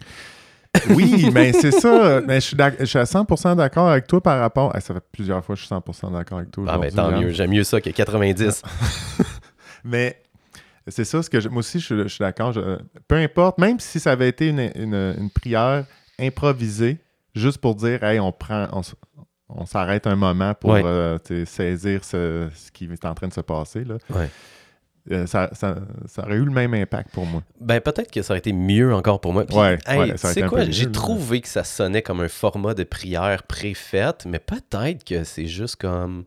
S2: Oui, mais c'est ça. Mais je, suis d'ac- je suis à 100% d'accord avec toi par rapport. Ah, ça fait plusieurs fois que je suis 100% d'accord avec toi.
S1: Ah, ben
S2: aujourd'hui, hein.
S1: tant
S2: Yann.
S1: mieux, j'aime mieux ça que 90.
S2: Mais c'est ça, ce que je- moi aussi, je, je suis d'accord. je- Peu importe, même si ça avait été une, une- une prière improvisée, juste pour dire, hey, on prend, on, s- on s'arrête un moment pour
S1: Ouais.
S2: euh, tu sais, saisir ce, ce qui est en train de se passer, là.
S1: Ouais.
S2: Euh, ça, ça- ça aurait eu le même impact pour moi.
S1: Ben peut-être que ça aurait été mieux encore pour moi. Puis,
S2: Ouais,
S1: hey, tu
S2: ouais, ça aurait
S1: sais
S2: été un
S1: quoi,
S2: peu mieux,
S1: j'ai
S2: là.
S1: trouvé que ça sonnait comme un format de prière préfaite, mais peut-être que c'est juste comme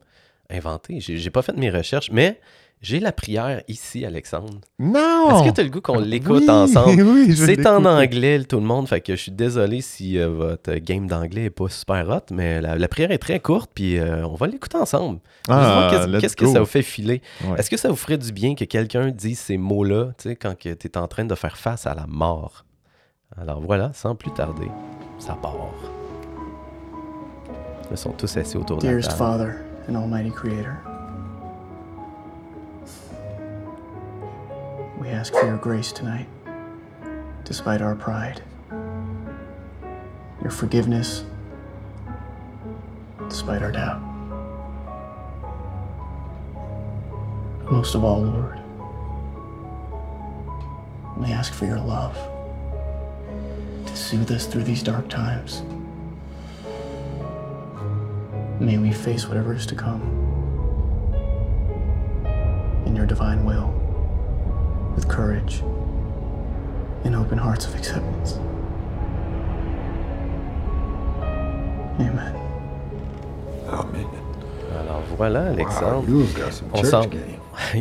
S1: inventé. J'ai j'ai pas fait mes recherches, mais j'ai la prière ici, Alexandre.
S2: Non!
S1: Est-ce que tu as le goût qu'on l'écoute
S2: Oh! Ah, Oui,
S1: ensemble?
S2: (laughs) oui, je
S1: C'est en
S2: l'écoute.
S1: anglais, tout le monde, fait que je suis désolé si euh, votre game d'anglais est pas super hot, mais la, la prière est très courte, puis euh, on va l'écouter ensemble. Juste
S2: Ah,
S1: voir qu'est-ce-
S2: let's
S1: Qu'est-ce
S2: go.
S1: que ça vous fait filer?
S2: Ouais.
S1: Est-ce que ça vous ferait du bien que quelqu'un dise ces mots-là tu sais, quand tu es en train de faire face à la mort? Alors voilà, sans plus tarder, ça part. Ils sont tous assis autour de la
S3: Dearest
S1: table.
S3: Father and Almighty Creator, we ask for your grace tonight, despite our pride, your forgiveness, despite our doubt. Most of all, Lord, we ask for your love to soothe us through these dark times. May we face whatever is to come in your divine will with courage and open hearts of acceptance. Amen.
S1: Alors voilà, Alexandre.
S4: You've got some
S1: On
S4: church
S1: sent-
S4: game.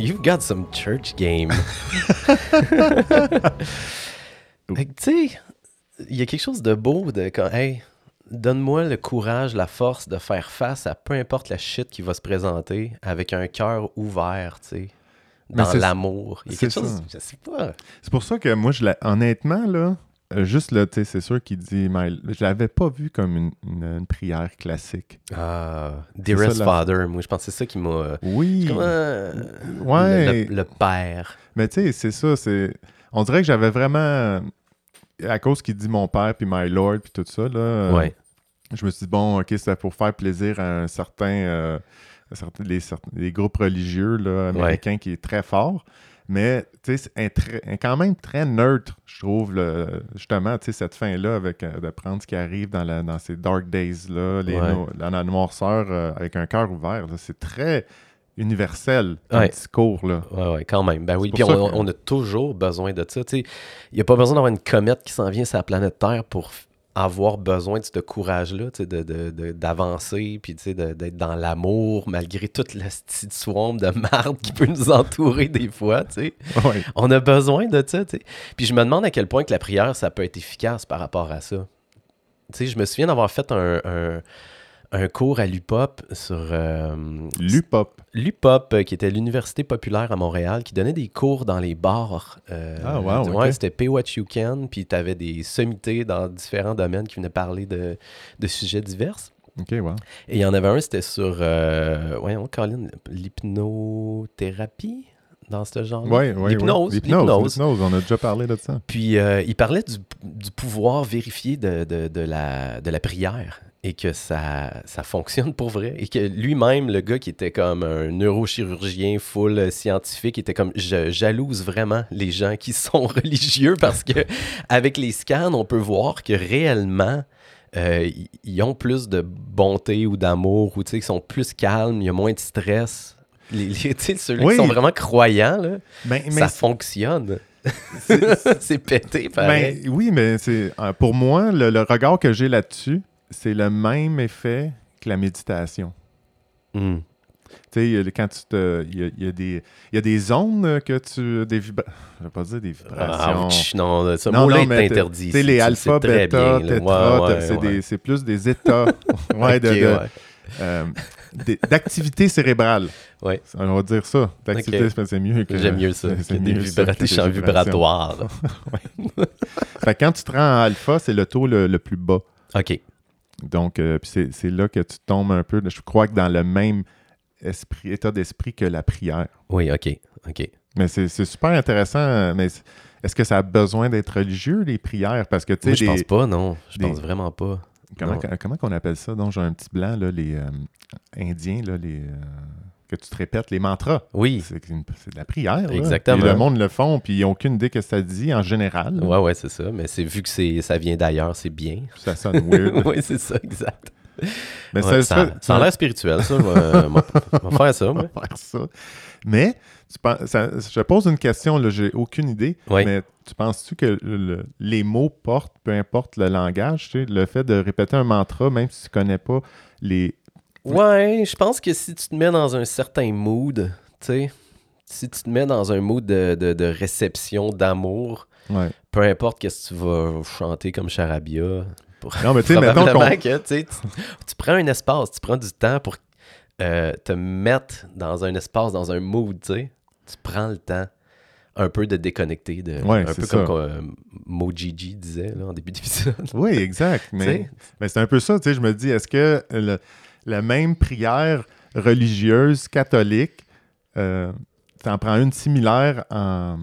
S1: (laughs) You've got some church
S2: (laughs)
S1: game. (laughs) Fait que, tu sais, il y a quelque chose de beau de quand, hey, donne-moi le courage, la force de faire face à peu importe la shit qui va se présenter avec un cœur ouvert, tu sais,
S2: Mais
S1: dans
S2: c'est-
S1: l'amour. Il y a
S2: c'est
S1: quelque chose, je
S2: ça.
S1: sais pas.
S2: C'est pour ça que moi, je la... honnêtement, là, euh, juste là, tu sais, c'est sûr qu'il dit, mais je l'avais pas vu comme une, une- une prière classique.
S1: Ah,
S2: C'est
S1: Dearest
S2: ça, la-
S1: Father, moi je pense que c'est ça qui m'a.
S2: Oui.
S1: Comment, euh, le,
S2: Ouais.
S1: le- le père.
S2: Mais tu sais, c'est ça, c'est. On dirait que j'avais vraiment. euh, À cause qu'il dit mon père, puis my lord, puis tout ça, là. euh,
S1: ouais.
S2: Je me suis dit, bon, ok, c'était pour faire plaisir à un certain. euh, certains- les, certains- les groupes religieux là, américains qui est très fort. Mais tu sais, c'est un très- un quand même très neutre, je trouve, le- justement, tu sais, cette fin-là, avec euh, de prendre ce qui arrive dans, la- dans ces dark days-là, les
S1: Ouais.
S2: no- dans la noirceur, euh, avec un cœur ouvert. là. C'est très universel, comme
S1: Ouais. (laughs)
S2: discours. Là.
S1: Ouais, ouais, quand même. Ben oui. Puis
S2: C'est pour
S1: on,
S2: ça que-
S1: on a toujours besoin de ça. Tu sais, il n'y a pas besoin d'avoir une comète qui s'en vient sur la planète Terre pour f- avoir besoin de ce courage-là, tu sais, de- de- de- d'avancer, puis tu sais, de- d'être dans l'amour, malgré toute la petite swamp de marde qui peut nous entourer des fois. tu sais.
S2: Ouais.
S1: On a besoin de ça. tu sais. Puis je me demande à quel point que la prière, ça peut être efficace par rapport à ça. Tu sais, je me souviens d'avoir fait un, un- un cours à l'UPOP sur... euh,
S2: L'UPOP.
S1: l'UPOP, euh, qui était l'université populaire à Montréal, qui donnait des cours dans les bars. euh,
S2: Ah, wow,
S1: du-
S2: ok.
S1: ouais, c'était Pay What You Can, puis tu avais des sommités dans différents domaines qui venaient parler de, de sujets divers.
S2: OK, wow.
S1: Et il y en avait un, c'était sur, euh, voyons, Colin, l'hypnothérapie, dans ce genre
S2: Ouais, ouais, ouais.
S1: L'hypnose,
S2: L'hypnose,
S1: l'hypnose.
S2: l'hypnose, on a déjà parlé de ça.
S1: Puis euh, il parlait du, du pouvoir vérifié de, de- de la, de la prière et que ça, ça fonctionne pour vrai. Et que lui-même, le gars qui était comme un neurochirurgien full euh, scientifique, était comme je jalouse vraiment les gens qui sont (laughs) religieux parce que avec les scans, on peut voir que réellement. euh, ils- ils ont plus de bonté ou d'amour, ou tu sais, ils sont plus calmes, il y a moins de stress. Les, les- tu sais, ceux-là
S2: Oui.
S1: qui sont vraiment croyants, là,
S2: Mais, mais
S1: ça fonctionne. c'est pété,
S2: Ben,
S1: pareil.
S2: oui, mais c'est euh, pour moi, le, le regard que j'ai là-dessus, c'est le même effet que la méditation.
S1: Hmm.
S2: Tu sais, il y a- quand tu te. Il y a, il y a des, il y a des zones que tu. Des vibra- Je vais pas dire des vibrations.
S1: Ah, Ouch, non, ce
S2: Ah, Non,
S1: mot-là
S2: non,
S1: est
S2: mais t'es-
S1: interdit.
S2: Tu sais,
S1: ici,
S2: les
S1: tu le
S2: alpha,
S1: sais très
S2: bêta,
S1: bien, là.
S2: tétra,
S1: Ouais, ouais,
S2: c'est
S1: ouais.
S2: des- c'est plus
S1: (laughs)
S2: des états (laughs) ouais, de-
S1: Ok,
S2: de-
S1: ouais.
S2: euh, des- d'activité cérébrale.
S1: Ouais.
S2: On va dire ça. D'activité,
S1: Ok.
S2: c'est- c'est mieux que.
S1: J'aime mieux ça.
S2: (laughs) c'est- c'est
S1: que des,
S2: mieux ça
S1: vibra-
S2: que
S1: des champs
S2: vibrations.
S1: vibratoires.
S2: (laughs)
S1: là.
S2: Fait que quand tu te rends en alpha, c'est le taux le, le plus bas.
S1: OK.
S2: Donc, euh, puis c'est c'est là que tu tombes un peu, je crois que dans le même esprit, état d'esprit que la prière.
S1: Oui, OK. OK.
S2: Mais c'est c'est super intéressant. euh, Mais c- est-ce que ça a besoin d'être religieux, les prières? Parce que, tu
S1: Moi,
S2: sais,
S1: je pense
S2: des-
S1: pas, non. Je
S2: des-
S1: pense vraiment pas.
S2: comment,
S1: non.
S2: comment qu'on appelle ça? Donc, j'ai un petit blanc, là, les euh, Indiens, là, les, euh, que tu te répètes, les mantras.
S1: Oui.
S2: C'est une- c'est de la prière. là.
S1: Exactement.
S2: Puis le monde le font, puis ils n'ont aucune idée que ça dit en général.
S1: Ouais, ouais, c'est ça. Mais c'est vu que c'est- ça vient d'ailleurs, c'est bien.
S2: Ça sonne
S1: (laughs)
S2: weird.
S1: oui, c'est ça, exact.
S2: Mais
S1: Ouais, ça,
S2: fait-
S1: ça a l'air spirituel, ça.
S2: (laughs)
S1: On va faire ça. moi.
S2: faire ça. Mais tu penses- ça- je pose une question, là, j'ai aucune idée.
S1: Oui.
S2: Mais tu penses-tu que le- le- les mots portent, peu importe le langage, tu sais, le fait de répéter un mantra, même si tu connais pas
S1: (laughs)
S2: les.
S1: Ouais, je pense que si tu te mets dans un certain mood, tu sais, si tu te mets dans un mood de, de- de réception, d'amour,
S2: Ouais.
S1: peu importe qu'est-ce que tu vas chanter comme charabia, pour-
S2: Non, mais tu sais, mettons
S1: probablement
S2: qu'on.
S1: que, (laughs) tu sais, tu- tu prends un espace, tu prends du temps pour euh, te mettre dans un espace, dans un mood, tu sais, tu prends le temps un peu de déconnecter, de,
S2: Ouais,
S1: un
S2: c'est
S1: peu
S2: ça.
S1: comme qu'on- euh, Mojiji disait là, en début d'épisode.
S2: Oui, exact.
S1: tu
S2: Mais,
S1: sais.
S2: mais c'est un peu ça, tu sais. Je me dis, est-ce que le- la même prière religieuse catholique, euh, t'en prends une similaire en.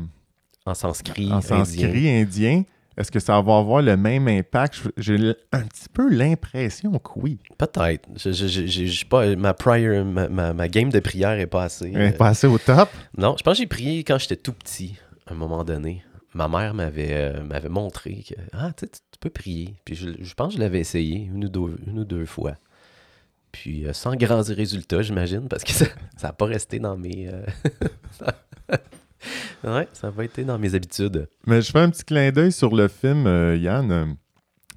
S1: En sanskrit,
S2: en
S1: indien.
S2: sanskrit indien, est-ce que ça va avoir le même impact? Je- J'ai l- un petit peu l'impression que oui.
S1: Peut-être. Je, je, je- je- je suis pas, ma, prior, ma, ma- ma game de prière est pas assez.
S2: Elle est
S1: euh,
S2: passée au top.
S1: non, je pense que j'ai prié quand j'étais tout petit, à un moment donné. Ma mère m'avait euh, m'avait montré que ah, tu, sais, tu- tu peux prier. Puis je, je pense que je l'avais essayé une ou deux, une ou deux fois. Puis euh, sans grands résultats, j'imagine, parce que (laughs) ça n'a pas resté dans mes. euh, (laughs) ouais, ça n'a pas été dans mes habitudes.
S2: Mais je fais un petit clin d'œil sur le film, euh, Yann. Euh,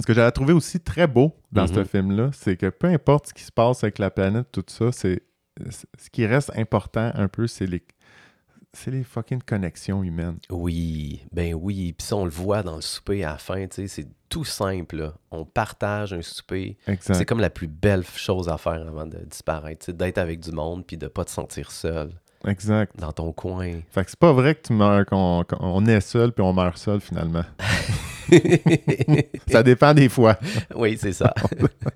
S2: Ce que j'avais trouvé aussi très beau dans
S1: Mhm.
S2: ce film-là, c'est que peu importe ce qui se passe avec la planète, tout ça, c'est c'est- ce qui reste important un peu, c'est les, c'est les fucking connexions humaines.
S1: Oui, ben oui. Puis ça, on le voit dans le souper à la fin, tu sais, c'est tout simple. là. On partage un souper. C'est
S2: Exact.
S1: comme la plus belle chose à faire avant de disparaître, c'est d'être avec du monde puis de pas te sentir seul
S2: Exact.
S1: dans ton
S2: (laughs)
S1: coin.
S2: Fait que c'est pas vrai que tu meurs, qu'on qu'on est seul puis on meurt seul finalement. ça dépend des fois.
S1: oui, c'est ça.
S2: Ah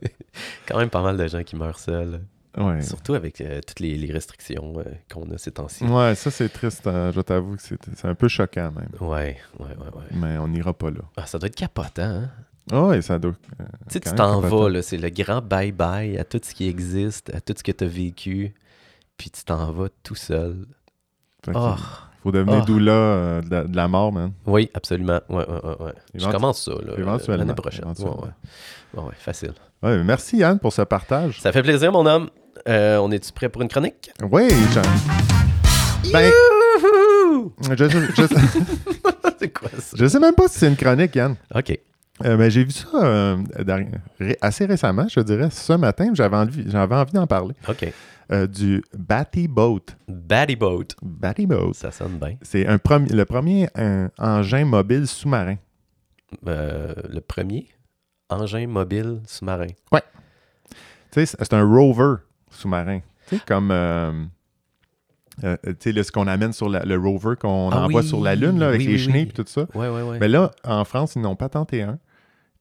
S1: (laughs) Quand même pas mal de gens qui meurent seuls,
S2: Ouais.
S1: surtout avec euh, toutes les, les restrictions euh, qu'on a ces temps-ci.
S2: Ouais, ça c'est triste, hein. je t'avoue que c'est c'est un peu choquant même.
S1: Ouais, ouais, ouais, ouais.
S2: Mais on n'ira pas là.
S1: Ah, ça doit être capotant. hein?
S2: Ah ouais, ça doit. euh,
S1: Tu sais, tu
S2: quand même
S1: t'en
S2: capotant.
S1: vas, là, c'est le grand bye-bye à tout ce qui existe, à tout ce que tu as vécu. puis tu t'en vas tout seul.
S2: Fait que
S1: Oh,
S2: Faut devenir
S1: Oh.
S2: doula euh, de, la- de la mort, man.
S1: oui, absolument. Ouais, ouais, ouais, ouais. Je
S2: Éventu-
S1: commence ça, là. euh,
S2: Éventuellement.
S1: L'année prochaine. Ouais,
S2: éventuellement.
S1: ouais. Ouais, ouais, facile.
S2: Ouais, mais merci, Yann, pour ce partage.
S1: Ça fait plaisir, mon homme. Euh, on est-tu prêt pour une chronique?
S2: Oui, Jean. Ben,
S1: Youhou!
S2: je sais, je sais-
S1: (laughs)
S2: (laughs)
S1: C'est quoi ça?
S2: je sais même pas si c'est une chronique, Yann.
S1: OK.
S2: Euh, ben, j'ai vu ça euh, derri- ré- assez récemment, je dirais, ce matin. J'avais envie, j'avais envie d'en parler.
S1: OK.
S2: Euh, du Batty Boat.
S1: Batty Boat.
S2: Batty Boat.
S1: Ça sonne bien.
S2: C'est un premi- le premier euh, engin mobile sous-marin.
S1: Euh, le premier, engin mobile sous-marin.
S2: Tu sais, c'est c'est un rover sous-marin. Tu sais, comme. euh, euh, tu sais, là, ce qu'on amène sur la- le rover qu'on
S1: Ah
S2: envoie
S1: oui,
S2: sur la Lune, là, avec
S1: oui,
S2: les
S1: oui,
S2: chenilles
S1: oui.
S2: et tout ça.
S1: Ouais, ouais, ouais.
S2: Mais là, en France, ils n'ont pas tenté un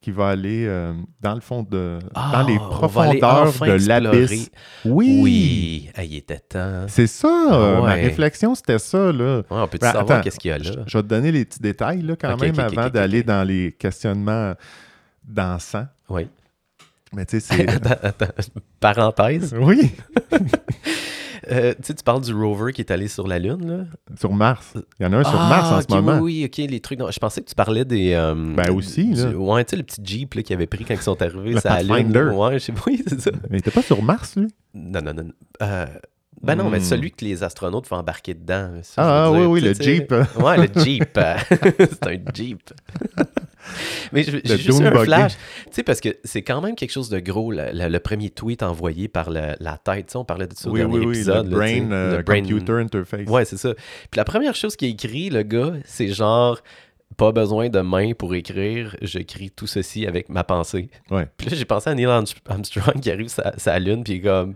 S2: qui va aller euh, dans le fond de.
S1: Ah,
S2: dans
S1: on
S2: les
S1: va aller
S2: profondeurs
S1: enfin
S2: de
S1: explorer.
S2: l'abysse. Oui!
S1: Oui, ah, il était temps.
S2: C'est ça! euh, Ma
S1: ouais.
S2: réflexion, c'était ça, là.
S1: Ouais, on peut
S2: Ben,
S1: savoir
S2: attends,
S1: qu'est-ce qu'il y a là.
S2: Je, je vais te donner les petits détails là, quand
S1: Ok,
S2: même
S1: ok, ok,
S2: avant
S1: ok,
S2: d'aller
S1: ok.
S2: dans les questionnements dansants.
S1: Oui. (laughs)
S2: Mais tu sais, c'est.
S1: Attends, attends. (laughs) Parenthèse.
S2: (laughs) oui,
S1: Euh, tu sais, tu parles du rover qui est allé sur la Lune, là.
S2: sur Mars. Il y en a un sur
S1: Ah,
S2: Mars en
S1: ok,
S2: ce moment.
S1: Oui, oui, ok, les trucs. dont- Je pensais que tu parlais des. euh,
S2: Ben, aussi,
S1: du-
S2: là.
S1: Ouais, tu sais, le petit Jeep là, qu'ils avaient pris quand ils sont arrivés,
S2: Le
S1: ça allume.
S2: Pathfinder.
S1: Ouais, je sais (laughs) oui, c'est ça.
S2: Mais il était pas sur Mars, lui.
S1: Non, non, non. non. Euh, ben non, mais
S2: Hmm.
S1: celui que les astronautes vont embarquer dedans. ça,
S2: Ah,
S1: je veux
S2: oui,
S1: dire,
S2: oui,
S1: tu
S2: le
S1: sais, tu
S2: Jeep.
S1: sais. Ouais,
S2: (laughs)
S1: le Jeep. (laughs) c'est un Jeep. (laughs) mais je- j'ai juste eu
S2: Dune
S1: un
S2: buggy.
S1: flash. Tu sais, parce que c'est quand même quelque chose de gros, la- la- le premier tweet envoyé par la, la tête. Tu sais, on parlait de ça au
S2: Oui,
S1: dernier
S2: oui, oui,
S1: épisode.
S2: le
S1: là, tu sais,
S2: brain, euh,
S1: le brain-
S2: computer interface.
S1: Ouais, c'est ça. Puis la première chose qu'il a écrit, le gars, c'est genre pas besoin de main pour écrire, j'écris tout ceci avec ma pensée.
S2: Ouais.
S1: Puis là, j'ai pensé à Neil Armst- Armstrong qui arrive sa, sa lune, puis il est comme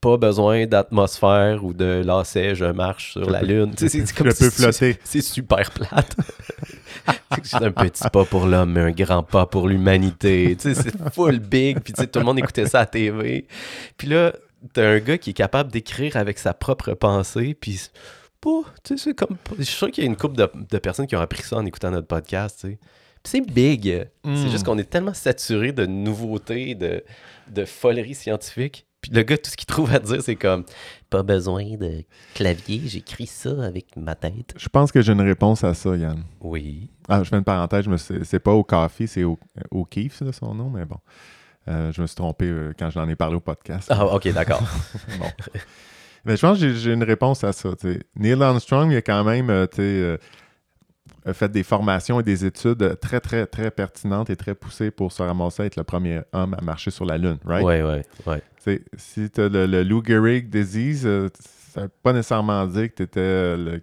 S1: pas besoin d'atmosphère ou de lacet, je marche sur
S2: Je
S1: la
S2: peux-
S1: lune. Tu sais,
S2: (laughs)
S1: c'est- c'est comme
S2: je
S1: si-
S2: peux flotter.
S1: (laughs) C'est super plate. (laughs) c'est un petit pas pour l'homme, mais un grand pas pour l'humanité. Tu sais, c'est full big. Puis tu sais, tout le monde écoutait ça à TV. Puis là, t'as un gars qui est capable d'écrire avec sa propre pensée. Puis, pouh, tu sais, c'est comme. Je suis sûr qu'il y a une couple de, de personnes qui ont appris ça en écoutant notre podcast. Tu sais. Puis c'est big.
S2: Mm.
S1: C'est juste qu'on est tellement saturé de nouveautés, de, de foleries scientifiques. Puis le gars, tout ce qu'il trouve à dire, c'est comme pas besoin de clavier, j'écris ça avec ma tête.
S2: Je pense que j'ai une réponse à ça, Yann.
S1: Oui.
S2: Ah, je fais une parenthèse, je me suis- c'est pas au café, c'est au, au Keef, ça, son nom, mais bon. Euh, je me suis trompé euh, quand je l'en ai parlé au podcast.
S1: Ah, ok, d'accord.
S2: (laughs) Bon. Mais je pense que j'ai- j'ai une réponse à ça. tu sais. Neil Armstrong, il a quand même euh, tu sais, euh, a fait des formations et des études euh, très, très, très pertinentes et très poussées pour se ramasser à être le premier homme à marcher sur la Lune, right?
S1: Ouais, ouais, ouais.
S2: Tu sais, Si tu as le, le Lou Gehrig disease, euh, ça veut pas nécessairement dire que tu étais le,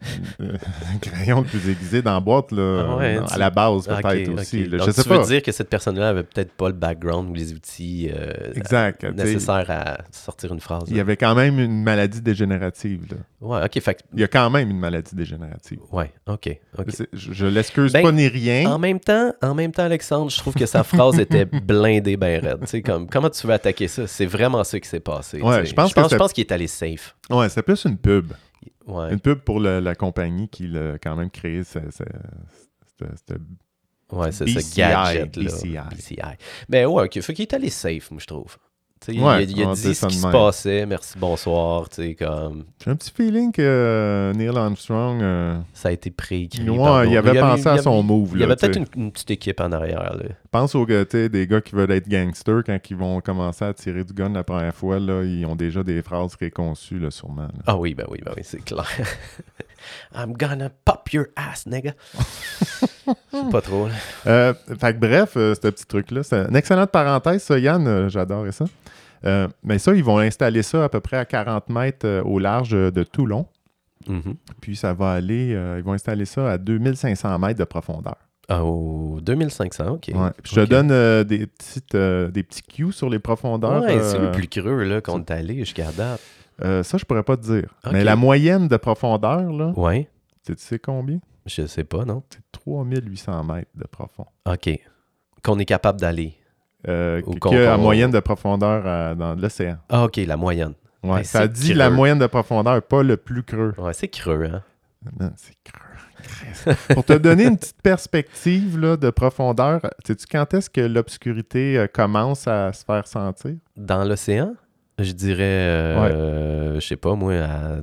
S2: (laughs) le crayon le plus aiguisé dans la boîte, là,
S1: Ah ouais,
S2: euh,
S1: tu-
S2: à la base
S1: Ah, ok,
S2: peut-être aussi.
S1: ok.
S2: là.
S1: Donc,
S2: je sais
S1: tu
S2: pas.
S1: veux dire que cette personne-là avait peut-être pas le background ou les outils euh,
S2: Exact. tu sais,
S1: nécessaires à sortir une phrase.
S2: Il y
S1: là.
S2: avait quand même une maladie dégénérative. là.
S1: Ouais, ok, fait que-
S2: Il y a quand même une maladie dégénérative.
S1: Ouais, ok, ok.
S2: C'est- Je, je l'excuse
S1: Ben,
S2: pas ni rien.
S1: En même temps, en même temps, Alexandre, je trouve que sa phrase
S2: (laughs)
S1: était blindée ben raide. Tu sais, comme, comment tu veux attaquer ça? C'est vraiment ça qui s'est passé.
S2: Ouais,
S1: tu sais.
S2: je pense
S1: je
S2: que
S1: pense, je
S2: c'est-
S1: pense qu'il est allé safe.
S2: Ouais, c'est plus une pub.
S1: Ouais,
S2: Une pub pour le- la compagnie qui l'a quand même créé. ce- ce- ce- ce-
S1: ouais c'est
S2: BCI,
S1: ce gadget-là.
S2: BCI.
S1: Mais Ben ouais, ok. Fait qu'il est allé safe, moi, je trouve. Tu sais, il-
S2: Ouais,
S1: il, a- il
S2: on
S1: a
S2: dit
S1: dit ce
S2: ça
S1: qui
S2: de
S1: se
S2: même.
S1: passait, merci, bonsoir, tu sais, comme...
S2: J'ai un petit feeling que euh, Neil Armstrong. euh,
S1: ça a été préécrit.
S2: Ouais,
S1: par
S2: il
S1: d'autres.
S2: avait
S1: y
S2: pensé à
S1: il y
S2: son move,
S1: Il y
S2: là,
S1: avait
S2: tu sais.
S1: peut-être une, une petite équipe en arrière. Là.
S2: pense aux gars, tu sais, des gars qui veulent être gangsters quand ils vont commencer à tirer du gun la première fois. Là, ils ont déjà des phrases préconçues, là, sûrement. là.
S1: Ah oui, ben oui, ben oui, c'est clair. (laughs) I'm gonna pop your ass,
S2: (laughs)
S1: nigga. Je sais pas trop. là.
S2: Euh, fait que bref, euh, ce petit truc-là, c'est une excellente parenthèse, ça, Yann, euh, j'adorais ça. Euh, mais ça, ils vont installer ça à peu près à 40 mètres euh, au large euh, de Toulon.
S1: Mhm.
S2: Puis ça va aller, euh, ils vont installer ça à 2500 mètres de profondeur.
S1: Ah, Oh, 2500, ok.
S2: Ouais. Puis je
S1: Ok.
S2: te donne euh, des, petites, euh, des petits cues sur les profondeurs.
S1: Ouais,
S2: euh,
S1: c'est le plus creux là, qu'on est allé jusqu'à date.
S2: euh, ça, je pourrais pas te dire.
S1: Ok. Oh.
S2: Mais la moyenne de profondeur, là,
S1: Ouais,
S2: tu sais- tu sais combien?
S1: je sais pas, non?
S2: C'est 3800 mètres de profond.
S1: Ok. Qu'on est capable d'aller.
S2: Euh,
S1: Ou
S2: que-
S1: qu'on-
S2: que la
S1: qu'on-
S2: moyenne de profondeur euh, dans l'océan.
S1: Ah, ok, la moyenne.
S2: Ouais,
S1: Ben,
S2: ça
S1: c'est
S2: dit la
S1: creux.
S2: moyenne de profondeur, pas le plus creux.
S1: Ouais, c'est creux, hein?
S2: Man, c'est creux. Christ. Pour te donner une petite perspective là, de profondeur, sais-tu quand est-ce que l'obscurité euh, commence à se faire sentir?
S1: Dans l'océan? Je dirais, euh, je sais pas, moi, à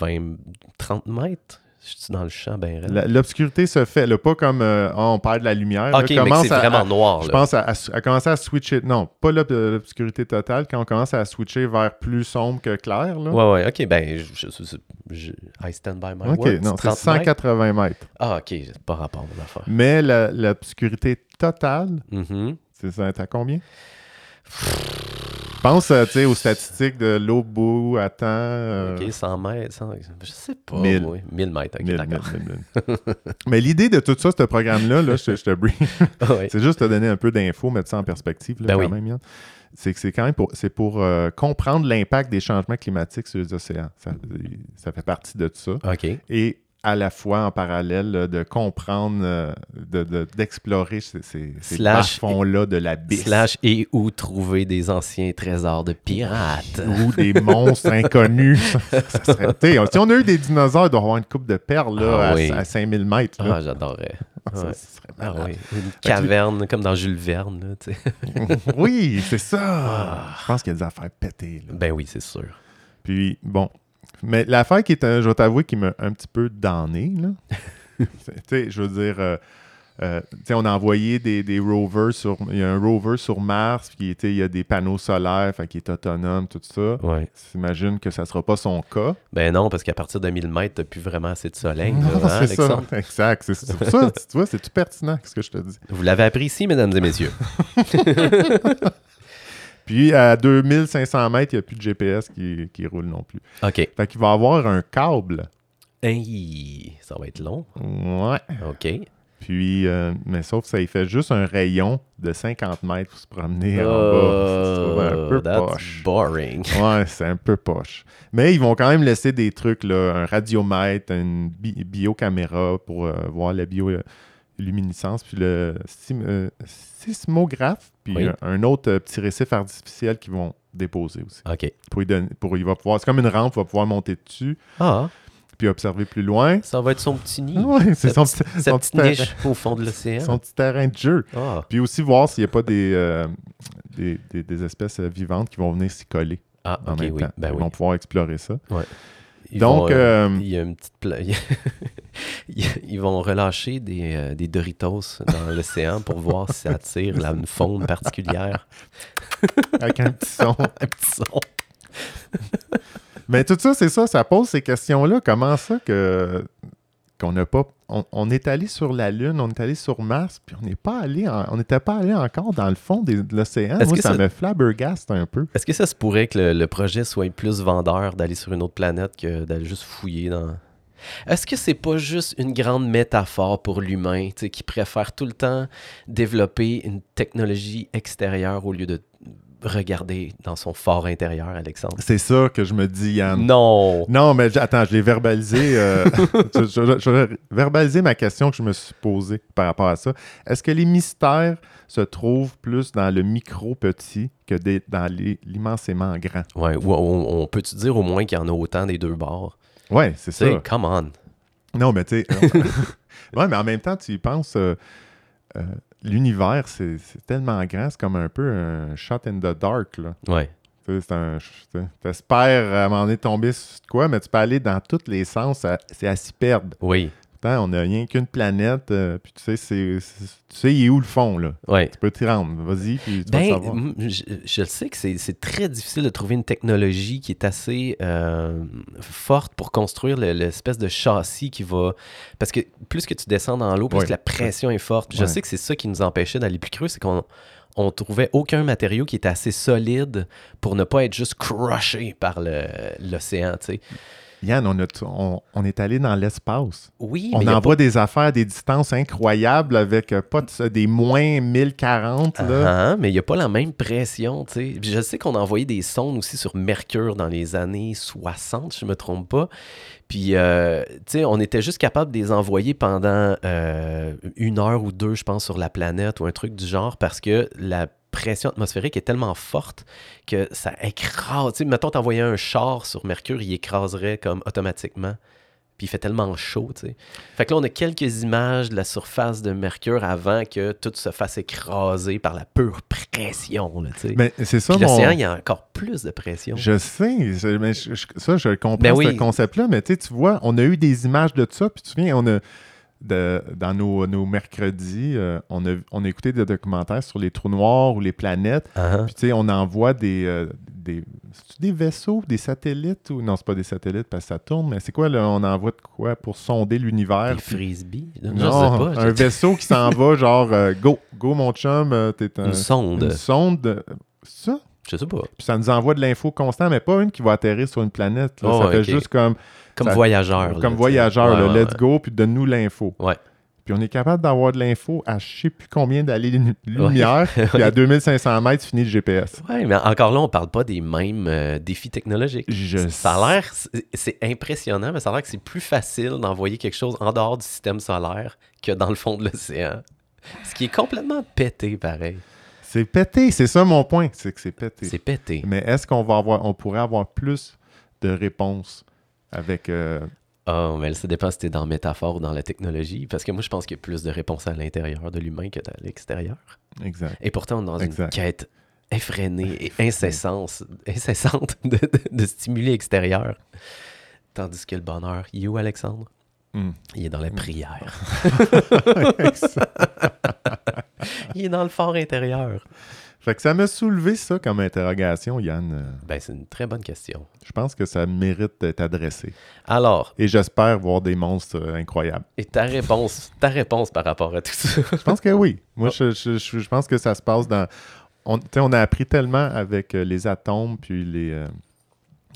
S1: 20, 30 mètres. Je suis dans le champ, ben raide?
S2: La- L'obscurité se fait, là, pas comme euh, Ah, on perd de la lumière. là,
S1: Ok, mais que c'est
S2: à-
S1: vraiment
S2: à-
S1: noir.
S2: Je
S1: là.
S2: pense à, à- à commencer à switcher. Non, pas l'ob- euh, l'obscurité totale. Quand on commence à switcher vers plus sombre que clair, là.
S1: Ouais, ouais, ok, ben, je, je- je- je- I stand by my
S2: ok,
S1: words,
S2: non, c'est
S1: 30 mètres.
S2: 180 mètres.
S1: Ah, ok, c'est pas rapport mon affaire.
S2: Mais la- l'obscurité totale,
S1: Mhm.
S2: c'est ça, t'as combien? Pense euh, tu sais, aux statistiques de l'eau bout à temps. euh,
S1: Ok, 100 mètres, 100, je sais pas,
S2: Mille.
S1: moi. 1000 mètres, ok,
S2: mille,
S1: d'accord.
S2: mille, mille, mille. Mais l'idée de tout ça, ce programme-là, là, je, te- je
S1: (laughs)
S2: te brief,
S1: (laughs) Ouais.
S2: c'est juste te donner un peu d'infos, mettre ça en perspective là,
S1: Ben
S2: quand
S1: oui.
S2: même, Yann. C'est que c'est quand même pour, c'est pour euh, comprendre l'impact des changements climatiques sur les océans. Ça, ça fait partie de tout ça.
S1: Ok,
S2: Et à la fois en parallèle là, de comprendre, euh, de- de- d'explorer ces, ces, ces
S1: Slash-
S2: bas-fonds-là de l'abysse.
S1: slash et ou trouver des anciens trésors de pirates.
S2: ou des monstres inconnus. (laughs) Ça- ça serait- t'sais, si on a eu des dinosaures, il doit y avoir une coupe de perles là,
S1: Ah
S2: à,
S1: oui.
S2: à 5000 mètres. là.
S1: Ah, j'adorerais.
S2: Ça,
S1: ouais.
S2: ça serait
S1: Ah
S2: malade.
S1: oui, une caverne comme dans Jules Verne, là, tu sais.
S2: (laughs) Oui, c'est ça. Je pense qu'il y a des affaires pétées. là.
S1: Ben oui, c'est sûr.
S2: Puis, bon. Mais l'affaire qui est, un- je vais t'avouer, qui m'a un petit peu damné, là. (laughs) C'est- t'sais, je veux dire, euh, euh, t'sais, on a envoyé des, des rovers sur. Il y a un rover sur Mars, puis t'sais, il y a des panneaux solaires, fait qu'il est autonome, tout ça.
S1: Ouais.
S2: J'imagine que ça sera pas son cas.
S1: Ben non, parce qu'à partir de 1000 mètres, t'as plus vraiment assez de soleil. là,
S2: Non,
S1: hein,
S2: Ah, c'est ça.
S1: Alexandre?
S2: Exact. C'est c'est pour ça, tu vois, c'est tout pertinent, ce que je te dis.
S1: Vous l'avez appris ici, mesdames et messieurs.
S2: Puis, à 2500 mètres, il n'y a plus de GPS qui, qui roule non plus.
S1: (laughs) OK.
S2: Fait qu'il va avoir un câble.
S1: Hey, ça va être long.
S2: Ouais.
S1: OK.
S2: Puis, euh, mais sauf que ça, il fait juste un rayon de 50 mètres pour se promener en bas. Ça,
S1: Oh,
S2: C'est un peu
S1: that's
S2: poche.
S1: boring.
S2: Ouais, c'est un peu poche. Mais ils vont quand même laisser des trucs, là, un radiomètre, une bi- biocaméra pour euh, voir la bioluminescence, puis le sym- euh, sismographe, puis
S1: Oui.
S2: euh, un autre euh, petit récif artificiel qu'ils vont déposer aussi.
S1: OK.
S2: Pour, y donner- pour il va pouvoir, c'est comme une rampe, il va pouvoir monter dessus,
S1: Ah,
S2: puis observer plus loin.
S1: ça va être son petit nid.
S2: Ouais, c'est
S1: Sa
S2: son,
S1: petite-
S2: petit-
S1: Sa
S2: son
S1: petite
S2: petit terrain-
S1: niche hein. au fond de l'océan.
S2: son petit terrain de jeu.
S1: Ah,
S2: Puis aussi voir s'il n'y a pas des, euh, des, des- des espèces euh, vivantes qui vont venir s'y coller
S1: Ah,
S2: en
S1: OK,
S2: même
S1: oui.
S2: temps.
S1: Ben
S2: Ils
S1: oui.
S2: vont pouvoir explorer ça.
S1: Ils vont,
S2: Donc,
S1: euh,
S2: euh,
S1: il y a une petite pla- (laughs) Ils vont relâcher des, euh, des Doritos (laughs) dans l'océan pour voir si ça attire là, une faune particulière.
S2: avec un petit son.
S1: (laughs) Un petit son.
S2: Mais tout ça, c'est ça, ça pose ces questions-là. Comment ça que qu'on n'a pas. On, on est allé sur la Lune, on est allé sur Mars, puis on n'est pas allé en- on n'était pas allé encore dans le fond des- de l'océan.
S1: Est-ce
S2: Moi,
S1: que
S2: ça,
S1: ça-
S2: me flabbergaste un peu.
S1: Est-ce que ça se pourrait que le, le projet soit plus vendeur d'aller sur une autre planète que d'aller juste fouiller dans. Est-ce que c'est pas juste une grande métaphore pour l'humain tu sais, qui préfère tout le temps développer une technologie extérieure au lieu de regarder dans son fort intérieur, Alexandre?
S2: C'est ça que je me dis, Yann.
S1: Non!
S2: Non, mais j- attends, je l'ai verbalisé. euh,
S1: (laughs)
S2: je, je- je vais verbaliser ma question que je me suis posée par rapport à ça. Est-ce que les mystères se trouvent plus dans le micro-petit que des- dans les- l'immensément grand?
S1: Ouais, ou on, on peut-tu dire au moins qu'il y en a autant des deux bords?
S2: Ouais, c'est
S1: Tu sais,
S2: ça.
S1: come on!
S2: Non, mais tu sais. on- (laughs) ouais, mais en même temps, tu y penses. euh, euh, L'univers, c'est c'est tellement grand, c'est comme un peu un shot in the dark. Là.
S1: Ouais.
S2: Tu sais, c'est un- tu sais, T'espères à un moment donné tomber sur de quoi, mais tu peux aller dans tous les sens, à- c'est à s'y perdre.
S1: Oui.
S2: Pourtant, on n'a rien qu'une planète, euh, puis tu sais, c'est, c'est- tu sais, il est où le fond, là?
S1: Ouais.
S2: Tu peux t'y rendre, vas-y, puis tu vas le
S1: Ben,
S2: savoir.
S1: m- je, je le sais que c'est c'est très difficile de trouver une technologie qui est assez euh, forte pour construire le- l'espèce de châssis qui va... Parce que plus que tu descends dans l'eau, plus
S2: Ouais.
S1: que la pression est forte. Je
S2: Ouais.
S1: sais que c'est ça qui nous empêchait d'aller plus creux, c'est qu'on on trouvait aucun matériau qui était assez solide pour ne pas être juste crushé par le- l'océan, tu sais.
S2: Yann, on, a t- on- on est allé dans l'espace.
S1: Oui, mais
S2: On
S1: y a
S2: envoie des affaires à des distances incroyables avec euh, pas de ça, des moins 1040, là.
S1: Ah, mais il n'y a pas la même pression, tu sais. Puis Je sais qu'on a envoyé des sondes aussi sur Mercure dans les années 60, si je me trompe pas. Puis, euh, tu sais, on était juste capable de les envoyer pendant euh, une heure ou deux, je pense, sur la planète ou un truc du genre parce que la pression atmosphérique est tellement forte que ça écrase. Tu sais, mettons, t'envoyais un char sur Mercure, il écraserait comme automatiquement Puis il fait tellement chaud, tu sais. Fait que là, on a quelques images de la surface de Mercure avant que tout se fasse écraser par la pure pression, là, tu sais.
S2: Mais Ben, c'est ça,
S1: Puis l'océan,
S2: mon...
S1: il y a encore plus de pression.
S2: Je sais, je- mais je- je- ça, je comprends
S1: Ben
S2: ce
S1: oui.
S2: concept-là, mais tu sais, tu vois, on a eu des images de ça, puis tu te souviens, on a, de- dans nos, nos mercredis, euh, on, a, on a écouté des documentaires sur les trous noirs ou les planètes,
S1: Hein?
S2: puis tu sais, on envoie des, euh, des, c'est-tu des vaisseaux, des satellites, ou non, c'est pas des satellites parce que ça tourne, mais c'est quoi, là, on envoie de quoi pour sonder l'univers?
S1: Des
S2: puis-
S1: frisbees? Non, je sais
S2: Ah, Non,
S1: pas.
S2: un
S1: j'ai-
S2: vaisseau
S1: (laughs)
S2: qui s'en va, genre, euh, go, go mon chum, euh, t'es un...
S1: Une sonde.
S2: Une sonde, euh, c'est ça?
S1: Je sais pas.
S2: Puis ça nous envoie de l'info constant, mais pas une qui va atterrir sur une planète. là.
S1: Oh,
S2: ça fait
S1: ok.
S2: juste comme,
S1: Comme
S2: Ça-
S1: voyageur. là,
S2: comme
S1: tu sais.
S2: voyageur,
S1: Ouais,
S2: là,
S1: ouais,
S2: let's go, puis donne-nous l'info.
S1: Ouais.
S2: Puis on est capable d'avoir de l'info à je sais plus combien d'allées lumi-
S1: (laughs)
S2: lumière, puis à 2500 mètres, fini le GPS.
S1: Ouais, mais encore là, on parle pas des mêmes euh, défis technologiques.
S2: Je
S1: Ça a l'air, c'est- c'est impressionnant, mais ça a l'air que c'est plus facile d'envoyer quelque chose en dehors du système solaire que dans le fond de l'océan. Ce qui est complètement pété, pareil.
S2: C'est pété, c'est ça mon point, c'est que c'est pété.
S1: C'est pété.
S2: Mais est-ce qu'on va avoir, on pourrait avoir plus de réponses avec... euh,
S1: Oh, mais là, ça dépend si t'es dans la métaphore ou dans la technologie, parce que moi, je pense qu'il y a plus de réponses à l'intérieur de l'humain que à l'extérieur. (laughs)
S2: Exact.
S1: Et pourtant, on est dans une
S2: Exact.
S1: quête effrénée
S2: (laughs)
S1: et incessante, incessante de, de- de stimuli extérieurs. Tandis que le bonheur, il est où, Alexandre?
S2: Hmm.
S1: Il est dans la prière. il est dans le fort intérieur.
S2: Fait que ça m'a soulevé ça comme interrogation, Yann. Euh,
S1: Ben, c'est une très bonne question.
S2: Je pense que ça mérite d'être adressé.
S1: Alors,
S2: Et j'espère voir des monstres euh, incroyables.
S1: et ta réponse, ta réponse par rapport à tout ça?
S2: Je pense que oui. Moi, je, je- je- je pense que ça se passe dans. On, tu sais, on a appris tellement avec euh, les atomes puis les euh,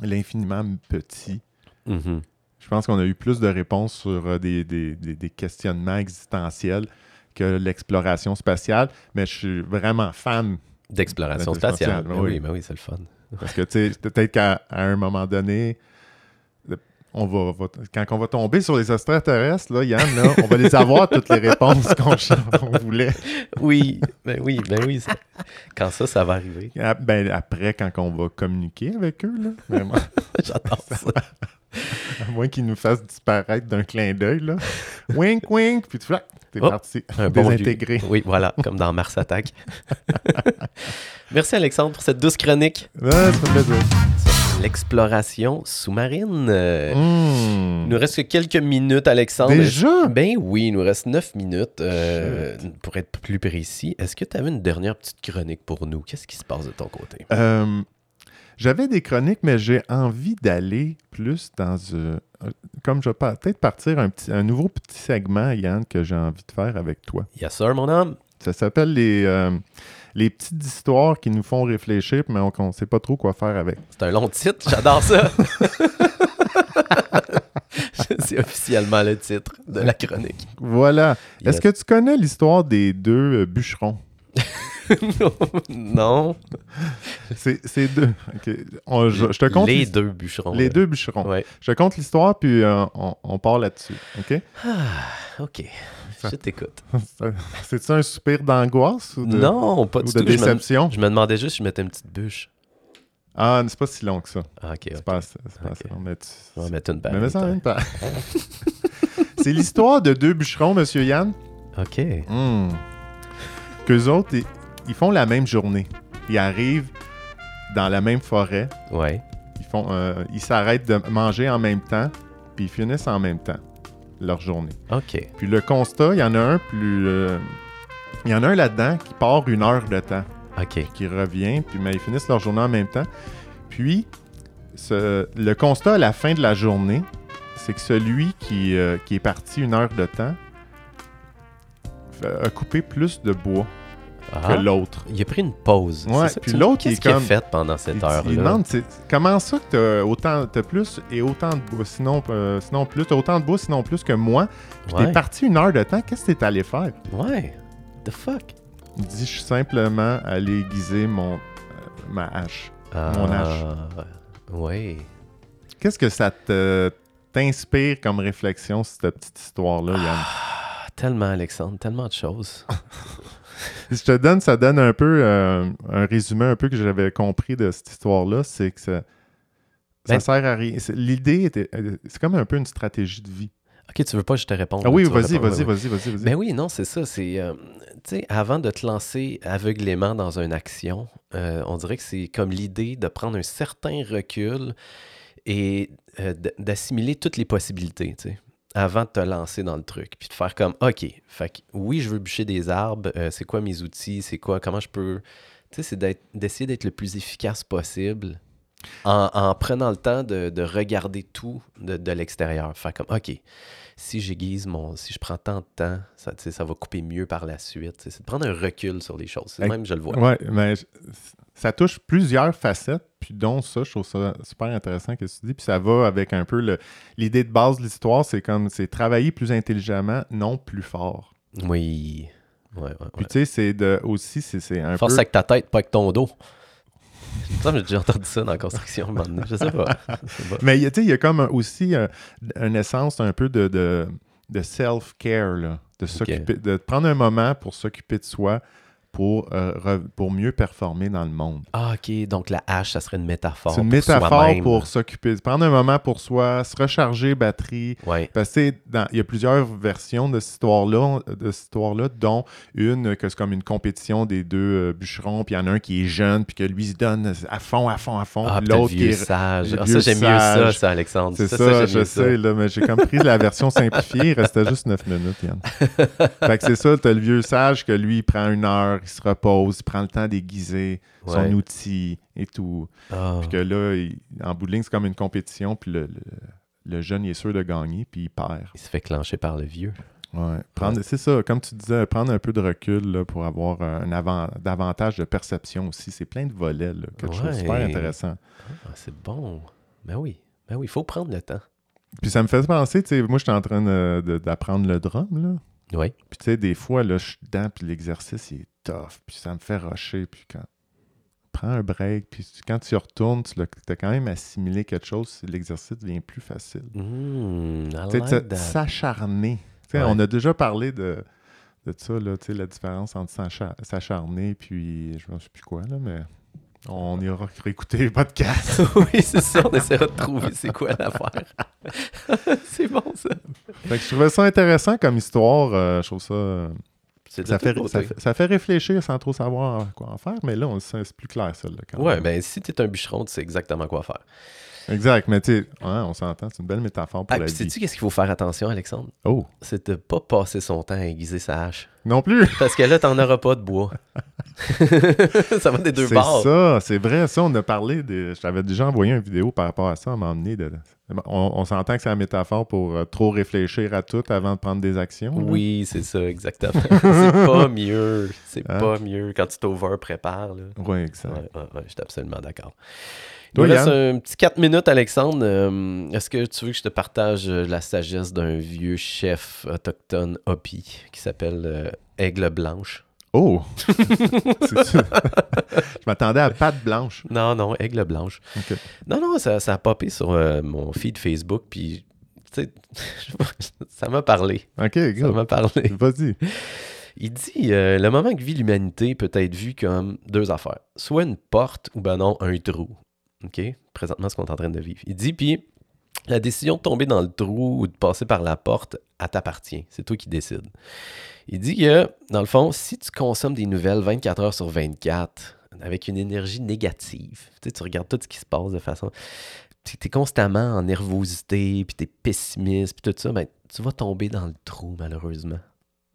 S2: l'infiniment petit.
S1: Mhm.
S2: Je pense qu'on a eu plus de réponses sur euh, des, des- des- des questionnements existentiels que l'exploration spatiale. Mais je suis vraiment fan
S1: D'exploration
S2: La- spatiale,
S1: spatiale. Ben
S2: oui.
S1: oui, ben oui, c'est le fun.
S2: parce que tu sais, peut-être qu'à à un moment donné. le- On va, va- quand on va tomber sur les extraterrestres, là, Yann, là, on va les avoir toutes les réponses qu'on qu'on voulait.
S1: Oui, ben oui, ben oui. ça- Quand ça, ça va arriver.
S2: Ah, ben, après, quand on va communiquer avec eux,
S1: (laughs)
S2: là, vraiment,
S1: J'adore ça.
S2: à moins qu'ils nous fassent disparaître d'un clin d'œil, là. Wink, wink, puis tu fais, ah, t'es
S1: Oh,
S2: parti,
S1: (laughs) Un bon
S2: désintégré.
S1: vieux. Oui, voilà, comme dans Mars Attack. (laughs) Merci Alexandre pour cette douce chronique
S2: Ah, ça fait plaisir.
S1: sur l'exploration sous-marine. Euh,
S2: Mm.
S1: Il nous reste que quelques minutes, Alexandre.
S2: Hmm. Déjà?
S1: Ben oui, il nous reste 9 minutes. Euh, pour être plus précis, est-ce que tu avais une dernière petite chronique pour nous? Qu'est-ce qui se passe de ton côté?
S2: Euh, J'avais des chroniques, mais j'ai envie d'aller plus dans... euh, euh, comme je vais pa- peut-être partir un, petit, un nouveau petit segment, Yann, que j'ai envie de faire avec toi.
S1: Yes, sir, mon homme.
S2: Ça s'appelle les, euh, les petites histoires qui nous font réfléchir, mais on ne sait pas trop quoi faire avec.
S1: C'est un long (laughs) titre, j'adore ça. C'est officiellement le titre de la chronique.
S2: Voilà.
S1: Yes.
S2: Est-ce que tu connais l'histoire des deux
S1: (laughs)
S2: euh, bûcherons?
S1: non.
S2: C'est c'est deux. ok. On- je, je te compte
S1: les
S2: l'his-
S1: deux bûcherons.
S2: les
S1: là.
S2: deux bûcherons.
S1: Ouais.
S2: Je te compte l'histoire, puis euh, on, on part là-dessus. ok?
S1: OK. Je t'écoute.
S2: C'est-tu un soupir d'angoisse ou de,
S1: Non, pas
S2: ou
S1: du
S2: de
S1: tout. Je me,
S2: déception?
S1: je me demandais juste si je mettais une petite bûche.
S2: Ah, c'est pas si long que ça.
S1: Ah, ok.
S2: C'est
S1: ok.
S2: pas, assez- c'est pas
S1: Ok.
S2: assez long, mais tu-
S1: On va mettre une balle.
S2: mais mets ça en une page. (laughs) c'est l'histoire de deux bûcherons, monsieur Yann.
S1: OK.
S2: Hmm. Qu'eux autres, ils, ils font la même journée. Ils arrivent dans la même forêt.
S1: Ouais.
S2: Ils font, euh, ils s'arrêtent de manger en même temps, puis ils finissent en même temps leur journée.
S1: OK.
S2: Puis le constat, il y en a un plus, euh, il y en a un là-dedans qui part une heure de temps,
S1: OK.
S2: qui revient, puis mais ils finissent leur journée en même temps. Puis ce- le constat à la fin de la journée, c'est que celui qui, euh, qui est parti une heure de temps fait- a coupé plus de bois
S1: Ah.
S2: que l'autre.
S1: Il a pris une pause.
S2: Ouais,
S1: C'est ça que
S2: puis
S1: tu me-
S2: l'autre, il
S1: Qu'est-ce
S2: est
S1: qu'il a
S2: comme-
S1: fait pendant cette
S2: Il- Il
S1: heure-là?
S2: demande, c'est- comment ça que t'as autant, t'as plus et autant de bois, sinon, euh, sinon plus, t'as autant de bois, sinon plus que moi. Puis
S1: Ouais.
S2: t'es parti une heure de temps, qu'est-ce que t'es allé faire?
S1: Ouais. The fuck?
S2: Il dit, je suis simplement allé aiguiser mon, euh, ma hache. Mon
S1: âge. Ah, Ouais.
S2: Qu'est-ce que ça te- t'inspire comme réflexion, cette petite histoire-là, Yann?
S1: Ah, tellement, Alexandre. Tellement de choses.
S2: Si je te donne, ça donne un peu euh, un résumé un peu que j'avais compris de cette histoire-là, c'est que ça- Ça
S1: Ben-
S2: sert à rien. C'est- L'idée, était- euh, c'est comme un peu une stratégie de vie.
S1: Ok, tu veux pas que je te réponde?
S2: Ah oui,
S1: tu vas
S2: vas-y,
S1: répondre,
S2: vas-y,
S1: oui, oui.
S2: vas-y, vas-y, vas-y.
S1: Ben oui, non, c'est ça. C'est, euh, tu sais, avant de te lancer aveuglément dans une action, euh, on dirait que c'est comme l'idée de prendre un certain recul et euh, d- d'assimiler toutes les possibilités, tu sais, avant de te lancer dans le truc. Puis de faire comme, OK, fait que oui, je veux bûcher des arbres, euh, c'est quoi mes outils, c'est quoi, comment je peux. Tu sais, c'est d'être- d'essayer d'être le plus efficace possible. En, en prenant le temps de, de regarder tout de, de l'extérieur. Faire comme, OK, si j'aiguise mon. Si je prends tant de temps, ça, tu sais, ça va couper mieux par la suite. tu sais. C'est de prendre un recul sur les choses. C'est de
S2: Hey.
S1: même, je le vois.
S2: Ouais, mais je- ça touche plusieurs facettes, puis dont ça, je trouve ça super intéressant que tu dis, puis ça va avec un peu le- l'idée de base de l'histoire, c'est comme, c'est travailler plus intelligemment, non plus fort.
S1: Oui. Ouais, ouais, ouais.
S2: Puis tu sais, c'est de, aussi, c'est c'est un
S1: Force
S2: peu...
S1: avec ta tête, pas avec ton dos. Il me semble que j'ai déjà entendu ça dans la construction. un moment donné. Je sais
S2: (laughs)
S1: pas. Je sais pas.
S2: Mais il y a- tu sais, il y a comme un- aussi euh, une essence un peu de, de, de self-care, là, de, s'occuper- de prendre un moment pour s'occuper de soi, pour, euh, re- pour mieux performer dans le monde.
S1: Ah, ok. Donc la hache, ça serait une métaphore.
S2: C'est une
S1: pour
S2: métaphore
S1: soi-même.
S2: pour s'occuper, prendre un moment pour soi, se recharger batterie.
S1: Ouais.
S2: Parce que, tu sais, dans- il y a plusieurs versions de cette histoire-là, de cette histoire-là, dont une que c'est comme une compétition des deux euh, bûcherons, puis il y en a un qui est jeune, puis que lui il se donne à fond, à fond, à fond,
S1: Ah,
S2: puis
S1: peut-être
S2: l'autre qui
S1: vieux
S2: est
S1: sage.
S2: le
S1: Ah, ça,
S2: vieux
S1: j'aime mieux ça,
S2: sage.
S1: ça, Alexandre.
S2: c'est ça, je
S1: j'aime mieux
S2: sais, là, mais j'ai comme pris
S1: (laughs)
S2: la version simplifiée. Il restait juste 9 minutes, Yann. fait que c'est ça, t'as le vieux sage que lui, il prend une heure, il se repose, il prend le temps d'aiguiser
S1: Ouais.
S2: son outil et tout.
S1: Ah.
S2: Puis que là, il- en bout de ligne, c'est comme une compétition, puis le, le- le jeune, il est sûr de gagner, puis il perd.
S1: Il se fait clencher par le vieux.
S2: Ouais. Prendre, C'est ça, comme tu disais, prendre un peu de recul là, pour avoir euh, un avant- davantage de perception aussi. C'est plein de volets, là, que je trouve
S1: Ouais.
S2: super intéressant.
S1: Ah, c'est bon. Ben oui. Ben oui, il faut prendre le temps.
S2: Puis ça me fait penser, tu sais, moi, j'étais en train de- de- d'apprendre le drum, là.
S1: Oui.
S2: Puis tu sais, des fois, là, je suis dedans, puis l'exercice, il est tough, puis ça me fait rusher, puis quand... Prends un break, puis tu- quand tu y retournes, tu as quand même assimilé quelque chose, l'exercice devient plus facile.
S1: Hmm, I
S2: Tu sais,
S1: like
S2: de
S1: that.
S2: s'acharner. Tu sais,
S1: Ouais.
S2: On a déjà parlé de, de ça, là, tu sais, la différence entre s'acha- s'acharner puis je ne sais plus quoi, là, mais on ira réécouter les podcasts.
S1: (laughs) (laughs) oui, c'est ça, on essaiera de trouver c'est quoi l'affaire. (laughs) c'est bon, ça.
S2: fait que je trouvais ça intéressant comme histoire. euh, je trouve ça. euh,
S1: C'est de
S2: Ça
S1: toute
S2: fait,
S1: beauté.
S2: ça, fait, ça fait réfléchir sans trop savoir quoi en faire, mais là, on le sait, c'est plus clair, ça. Là, quand
S1: Ouais,
S2: même.
S1: ben si t'es un bûcheron, tu sais exactement quoi faire.
S2: Exact, mais tu sais, ouais, on s'entend, c'est une belle métaphore pour
S1: Ah,
S2: la
S1: puis
S2: vie.
S1: sais-tu qu'est-ce qu'il faut faire attention, Alexandre?
S2: Oh,
S1: C'est de pas passer son temps à aiguiser sa hache.
S2: non plus!
S1: Parce que là, t'en auras pas de bois. (laughs) ça va des deux
S2: C'est
S1: bords.
S2: ça, c'est vrai, ça, on a parlé, de, je t'avais déjà envoyé une vidéo par rapport à ça, à m'emmener de... On, on s'entend que c'est la métaphore pour euh, trop réfléchir à tout avant de prendre des actions. là.
S1: Oui, c'est ça, exactement. (laughs) c'est pas mieux. C'est
S2: Hein?
S1: pas mieux quand tu t'over-prépares. là.
S2: Ouais, exact.
S1: Ouais, ouais, ouais, je suis absolument d'accord. Il
S2: Toi,
S1: nous reste
S2: Yann?
S1: un petit 4 minutes, Alexandre. Euh, Est-ce que tu veux que je te partage euh, la sagesse d'un vieux chef autochtone Hopi qui s'appelle euh, Aigle Blanche?
S2: Oh! (laughs) C'est ça. je m'attendais à pâte blanche.
S1: Non, non, Aigle Blanche.
S2: Ok.
S1: Non, non, ça, ça a popé sur euh, mon feed Facebook, puis tu sais, (laughs) ça m'a parlé.
S2: OK,
S1: Ça
S2: good.
S1: m'a parlé.
S2: Vas-y.
S1: Il dit euh, le moment que vit l'humanité peut être vu comme deux affaires. Soit une porte ou ben non, un trou. OK? Présentement, ce qu'on est en train de vivre. Il dit puis la décision de tomber dans le trou ou de passer par la porte, elle t'appartient. C'est toi qui décides. Il dit que, dans le fond, si tu consommes des nouvelles 24 heures sur 24 avec une énergie négative, tu, sais, tu regardes tout ce qui se passe de façon. Tu es constamment en nervosité, puis tu es pessimiste, puis tout ça, ben, tu vas tomber dans le trou, malheureusement.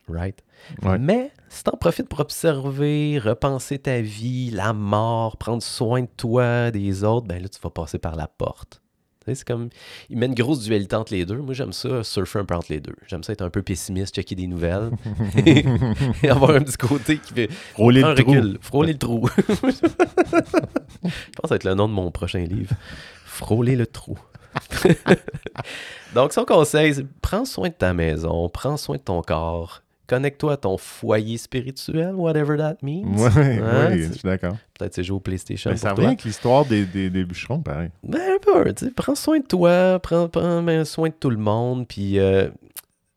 S1: Right?
S2: Ouais.
S1: Mais si t'en profites pour observer, repenser ta vie, la mort, prendre soin de toi, des autres, ben là, tu vas passer par la porte. Tu sais, C'est comme. Il met une grosse dualité entre les deux. Moi, j'aime ça, surfer un peu entre les deux. J'aime ça être un peu pessimiste, checker des nouvelles. (laughs) et avoir un petit côté qui fait.
S2: Rouler
S1: Prends
S2: le
S1: un
S2: trou.
S1: recul, frôler le trou. (laughs) Je pense que ça va être le nom de mon prochain livre. Frôler le trou. (laughs) Donc, son conseil, c'est prends soin de ta maison, prends soin de ton corps, connecte-toi à ton foyer spirituel, whatever that means.
S2: Ouais,
S1: Hein,
S2: oui,
S1: c'est-
S2: je suis d'accord.
S1: Peut-être c'est jouer au PlayStation.
S2: Mais
S1: pour
S2: ça
S1: toi.
S2: revient avec l'histoire des, des, des bûcherons, pareil.
S1: Ben, un peu, tu sais, prends soin de toi, prends, prends, ben, soin de tout le monde, puis euh,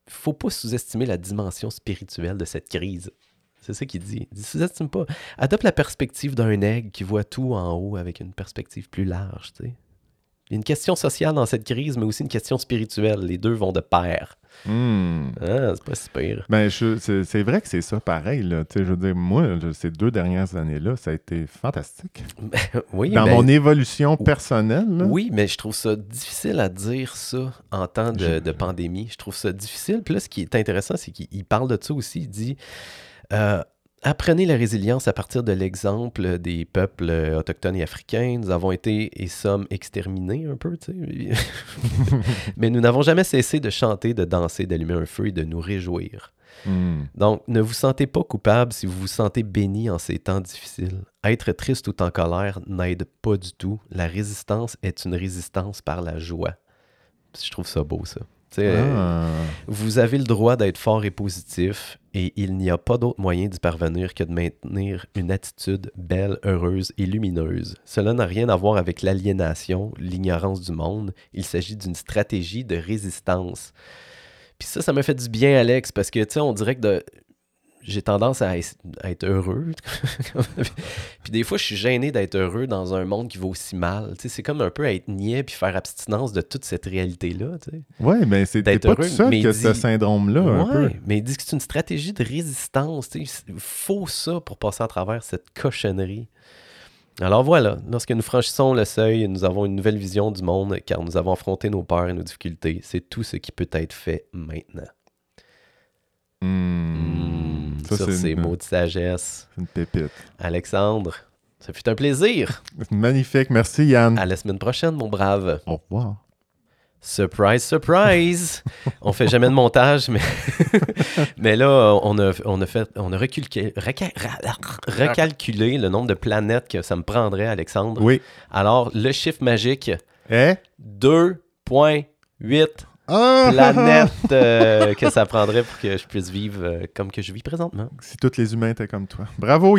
S1: faut pas sous-estimer la dimension spirituelle de cette crise. C'est ça qu'il dit. Il dit, sous-estime pas. Adopte la perspective d'un aigle qui voit tout en haut avec une perspective plus large, tu sais. Il y a une question sociale dans cette crise, mais aussi une question spirituelle. Les deux vont de pair.
S2: Hmm.
S1: Ah, c'est pas si pire.
S2: Ben, je- c'est c'est vrai que c'est ça pareil. Là. Tu sais, Je veux dire, moi, je- ces deux dernières années-là, ça a été fantastique.
S1: (laughs) Oui,
S2: Dans
S1: ben,
S2: mon évolution personnelle, là,
S1: Oui, mais je trouve ça difficile à dire ça en temps de,
S2: Je-
S1: de pandémie. Je trouve ça difficile. Puis là, ce qui est intéressant, c'est qu'il il parle de ça aussi. Il dit euh, Apprenez la résilience à partir de l'exemple des peuples euh, autochtones et africains. Nous avons été et sommes exterminés un peu, tu sais. (laughs) mais nous n'avons jamais cessé de chanter, de danser, d'allumer un feu et de nous réjouir.
S2: hmm,
S1: Donc, ne vous sentez pas coupable si vous vous sentez béni en ces temps difficiles. Être triste ou en colère n'aide pas du tout. La résistance est une résistance par la joie. Je trouve ça beau, ça. Tu sais, euh,
S2: ah,
S1: Vous avez le droit d'être fort et positif et il n'y a pas d'autre moyen d'y parvenir que de maintenir une attitude belle, heureuse et lumineuse. Cela n'a rien à voir avec l'aliénation, l'ignorance du monde. Il s'agit d'une stratégie de résistance. Puis ça, ça m'a fait du bien, Alex, parce que, tu sais, on dirait que de- j'ai tendance à, es- à être heureux. (laughs) puis des fois, je suis gêné d'être heureux dans un monde qui va aussi mal. Tu sais, c'est comme un peu être niais puis faire abstinence de toute cette réalité-là, tu sais.
S2: Ouais, mais c'est t'es
S1: d'être
S2: pas tout
S1: heureux,
S2: seul
S1: mais
S2: que
S1: il
S2: ce
S1: dit-
S2: syndrome-là, un peu.
S1: Ouais, mais il dit que c'est une stratégie de résistance. tu sais. Il faut ça pour passer à travers cette cochonnerie. Alors voilà, lorsque nous franchissons le seuil, nous avons une nouvelle vision du monde car nous avons affronté nos peurs et nos difficultés. C'est tout ce qui peut être fait maintenant.
S2: Hmm. Ça,
S1: Sur
S2: c'est
S1: ces
S2: une-
S1: mots de sagesse,
S2: c'est une pépite.
S1: Alexandre, ça fut un
S2: (laughs)
S1: plaisir.
S2: Magnifique. Merci, Yann.
S1: À la semaine prochaine, mon brave.
S2: Au revoir.
S1: Surprise, surprise! on fait jamais de montage, mais, (laughs) mais là, on a, on a, fait, on a reculqué- reca- ra- recalculé le nombre de planètes que ça me prendrait, Alexandre.
S2: Oui.
S1: Alors, le chiffre magique,
S2: Eh?
S1: 2.8
S2: Ah!
S1: planètes euh, que ça prendrait pour que je puisse vivre euh, comme que je vis présentement.
S2: (laughs) Si tous les humains étaient comme toi. Bravo,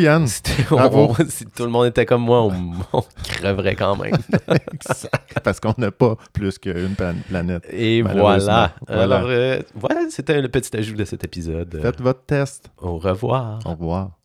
S1: (laughs)
S2: Yann.
S1: Si, t- on-
S2: Hmm. Bravo.
S1: si tout le monde était comme moi, on, on creverait quand même.
S2: Exact. Parce qu'on n'a pas plus qu'une plan- planète.
S1: Et
S2: Malheureusement.
S1: voilà.
S2: Voilà.
S1: Alors, euh, voilà, c'était le petit ajout de cet épisode.
S2: Faites votre test.
S1: Au revoir.
S2: Au revoir.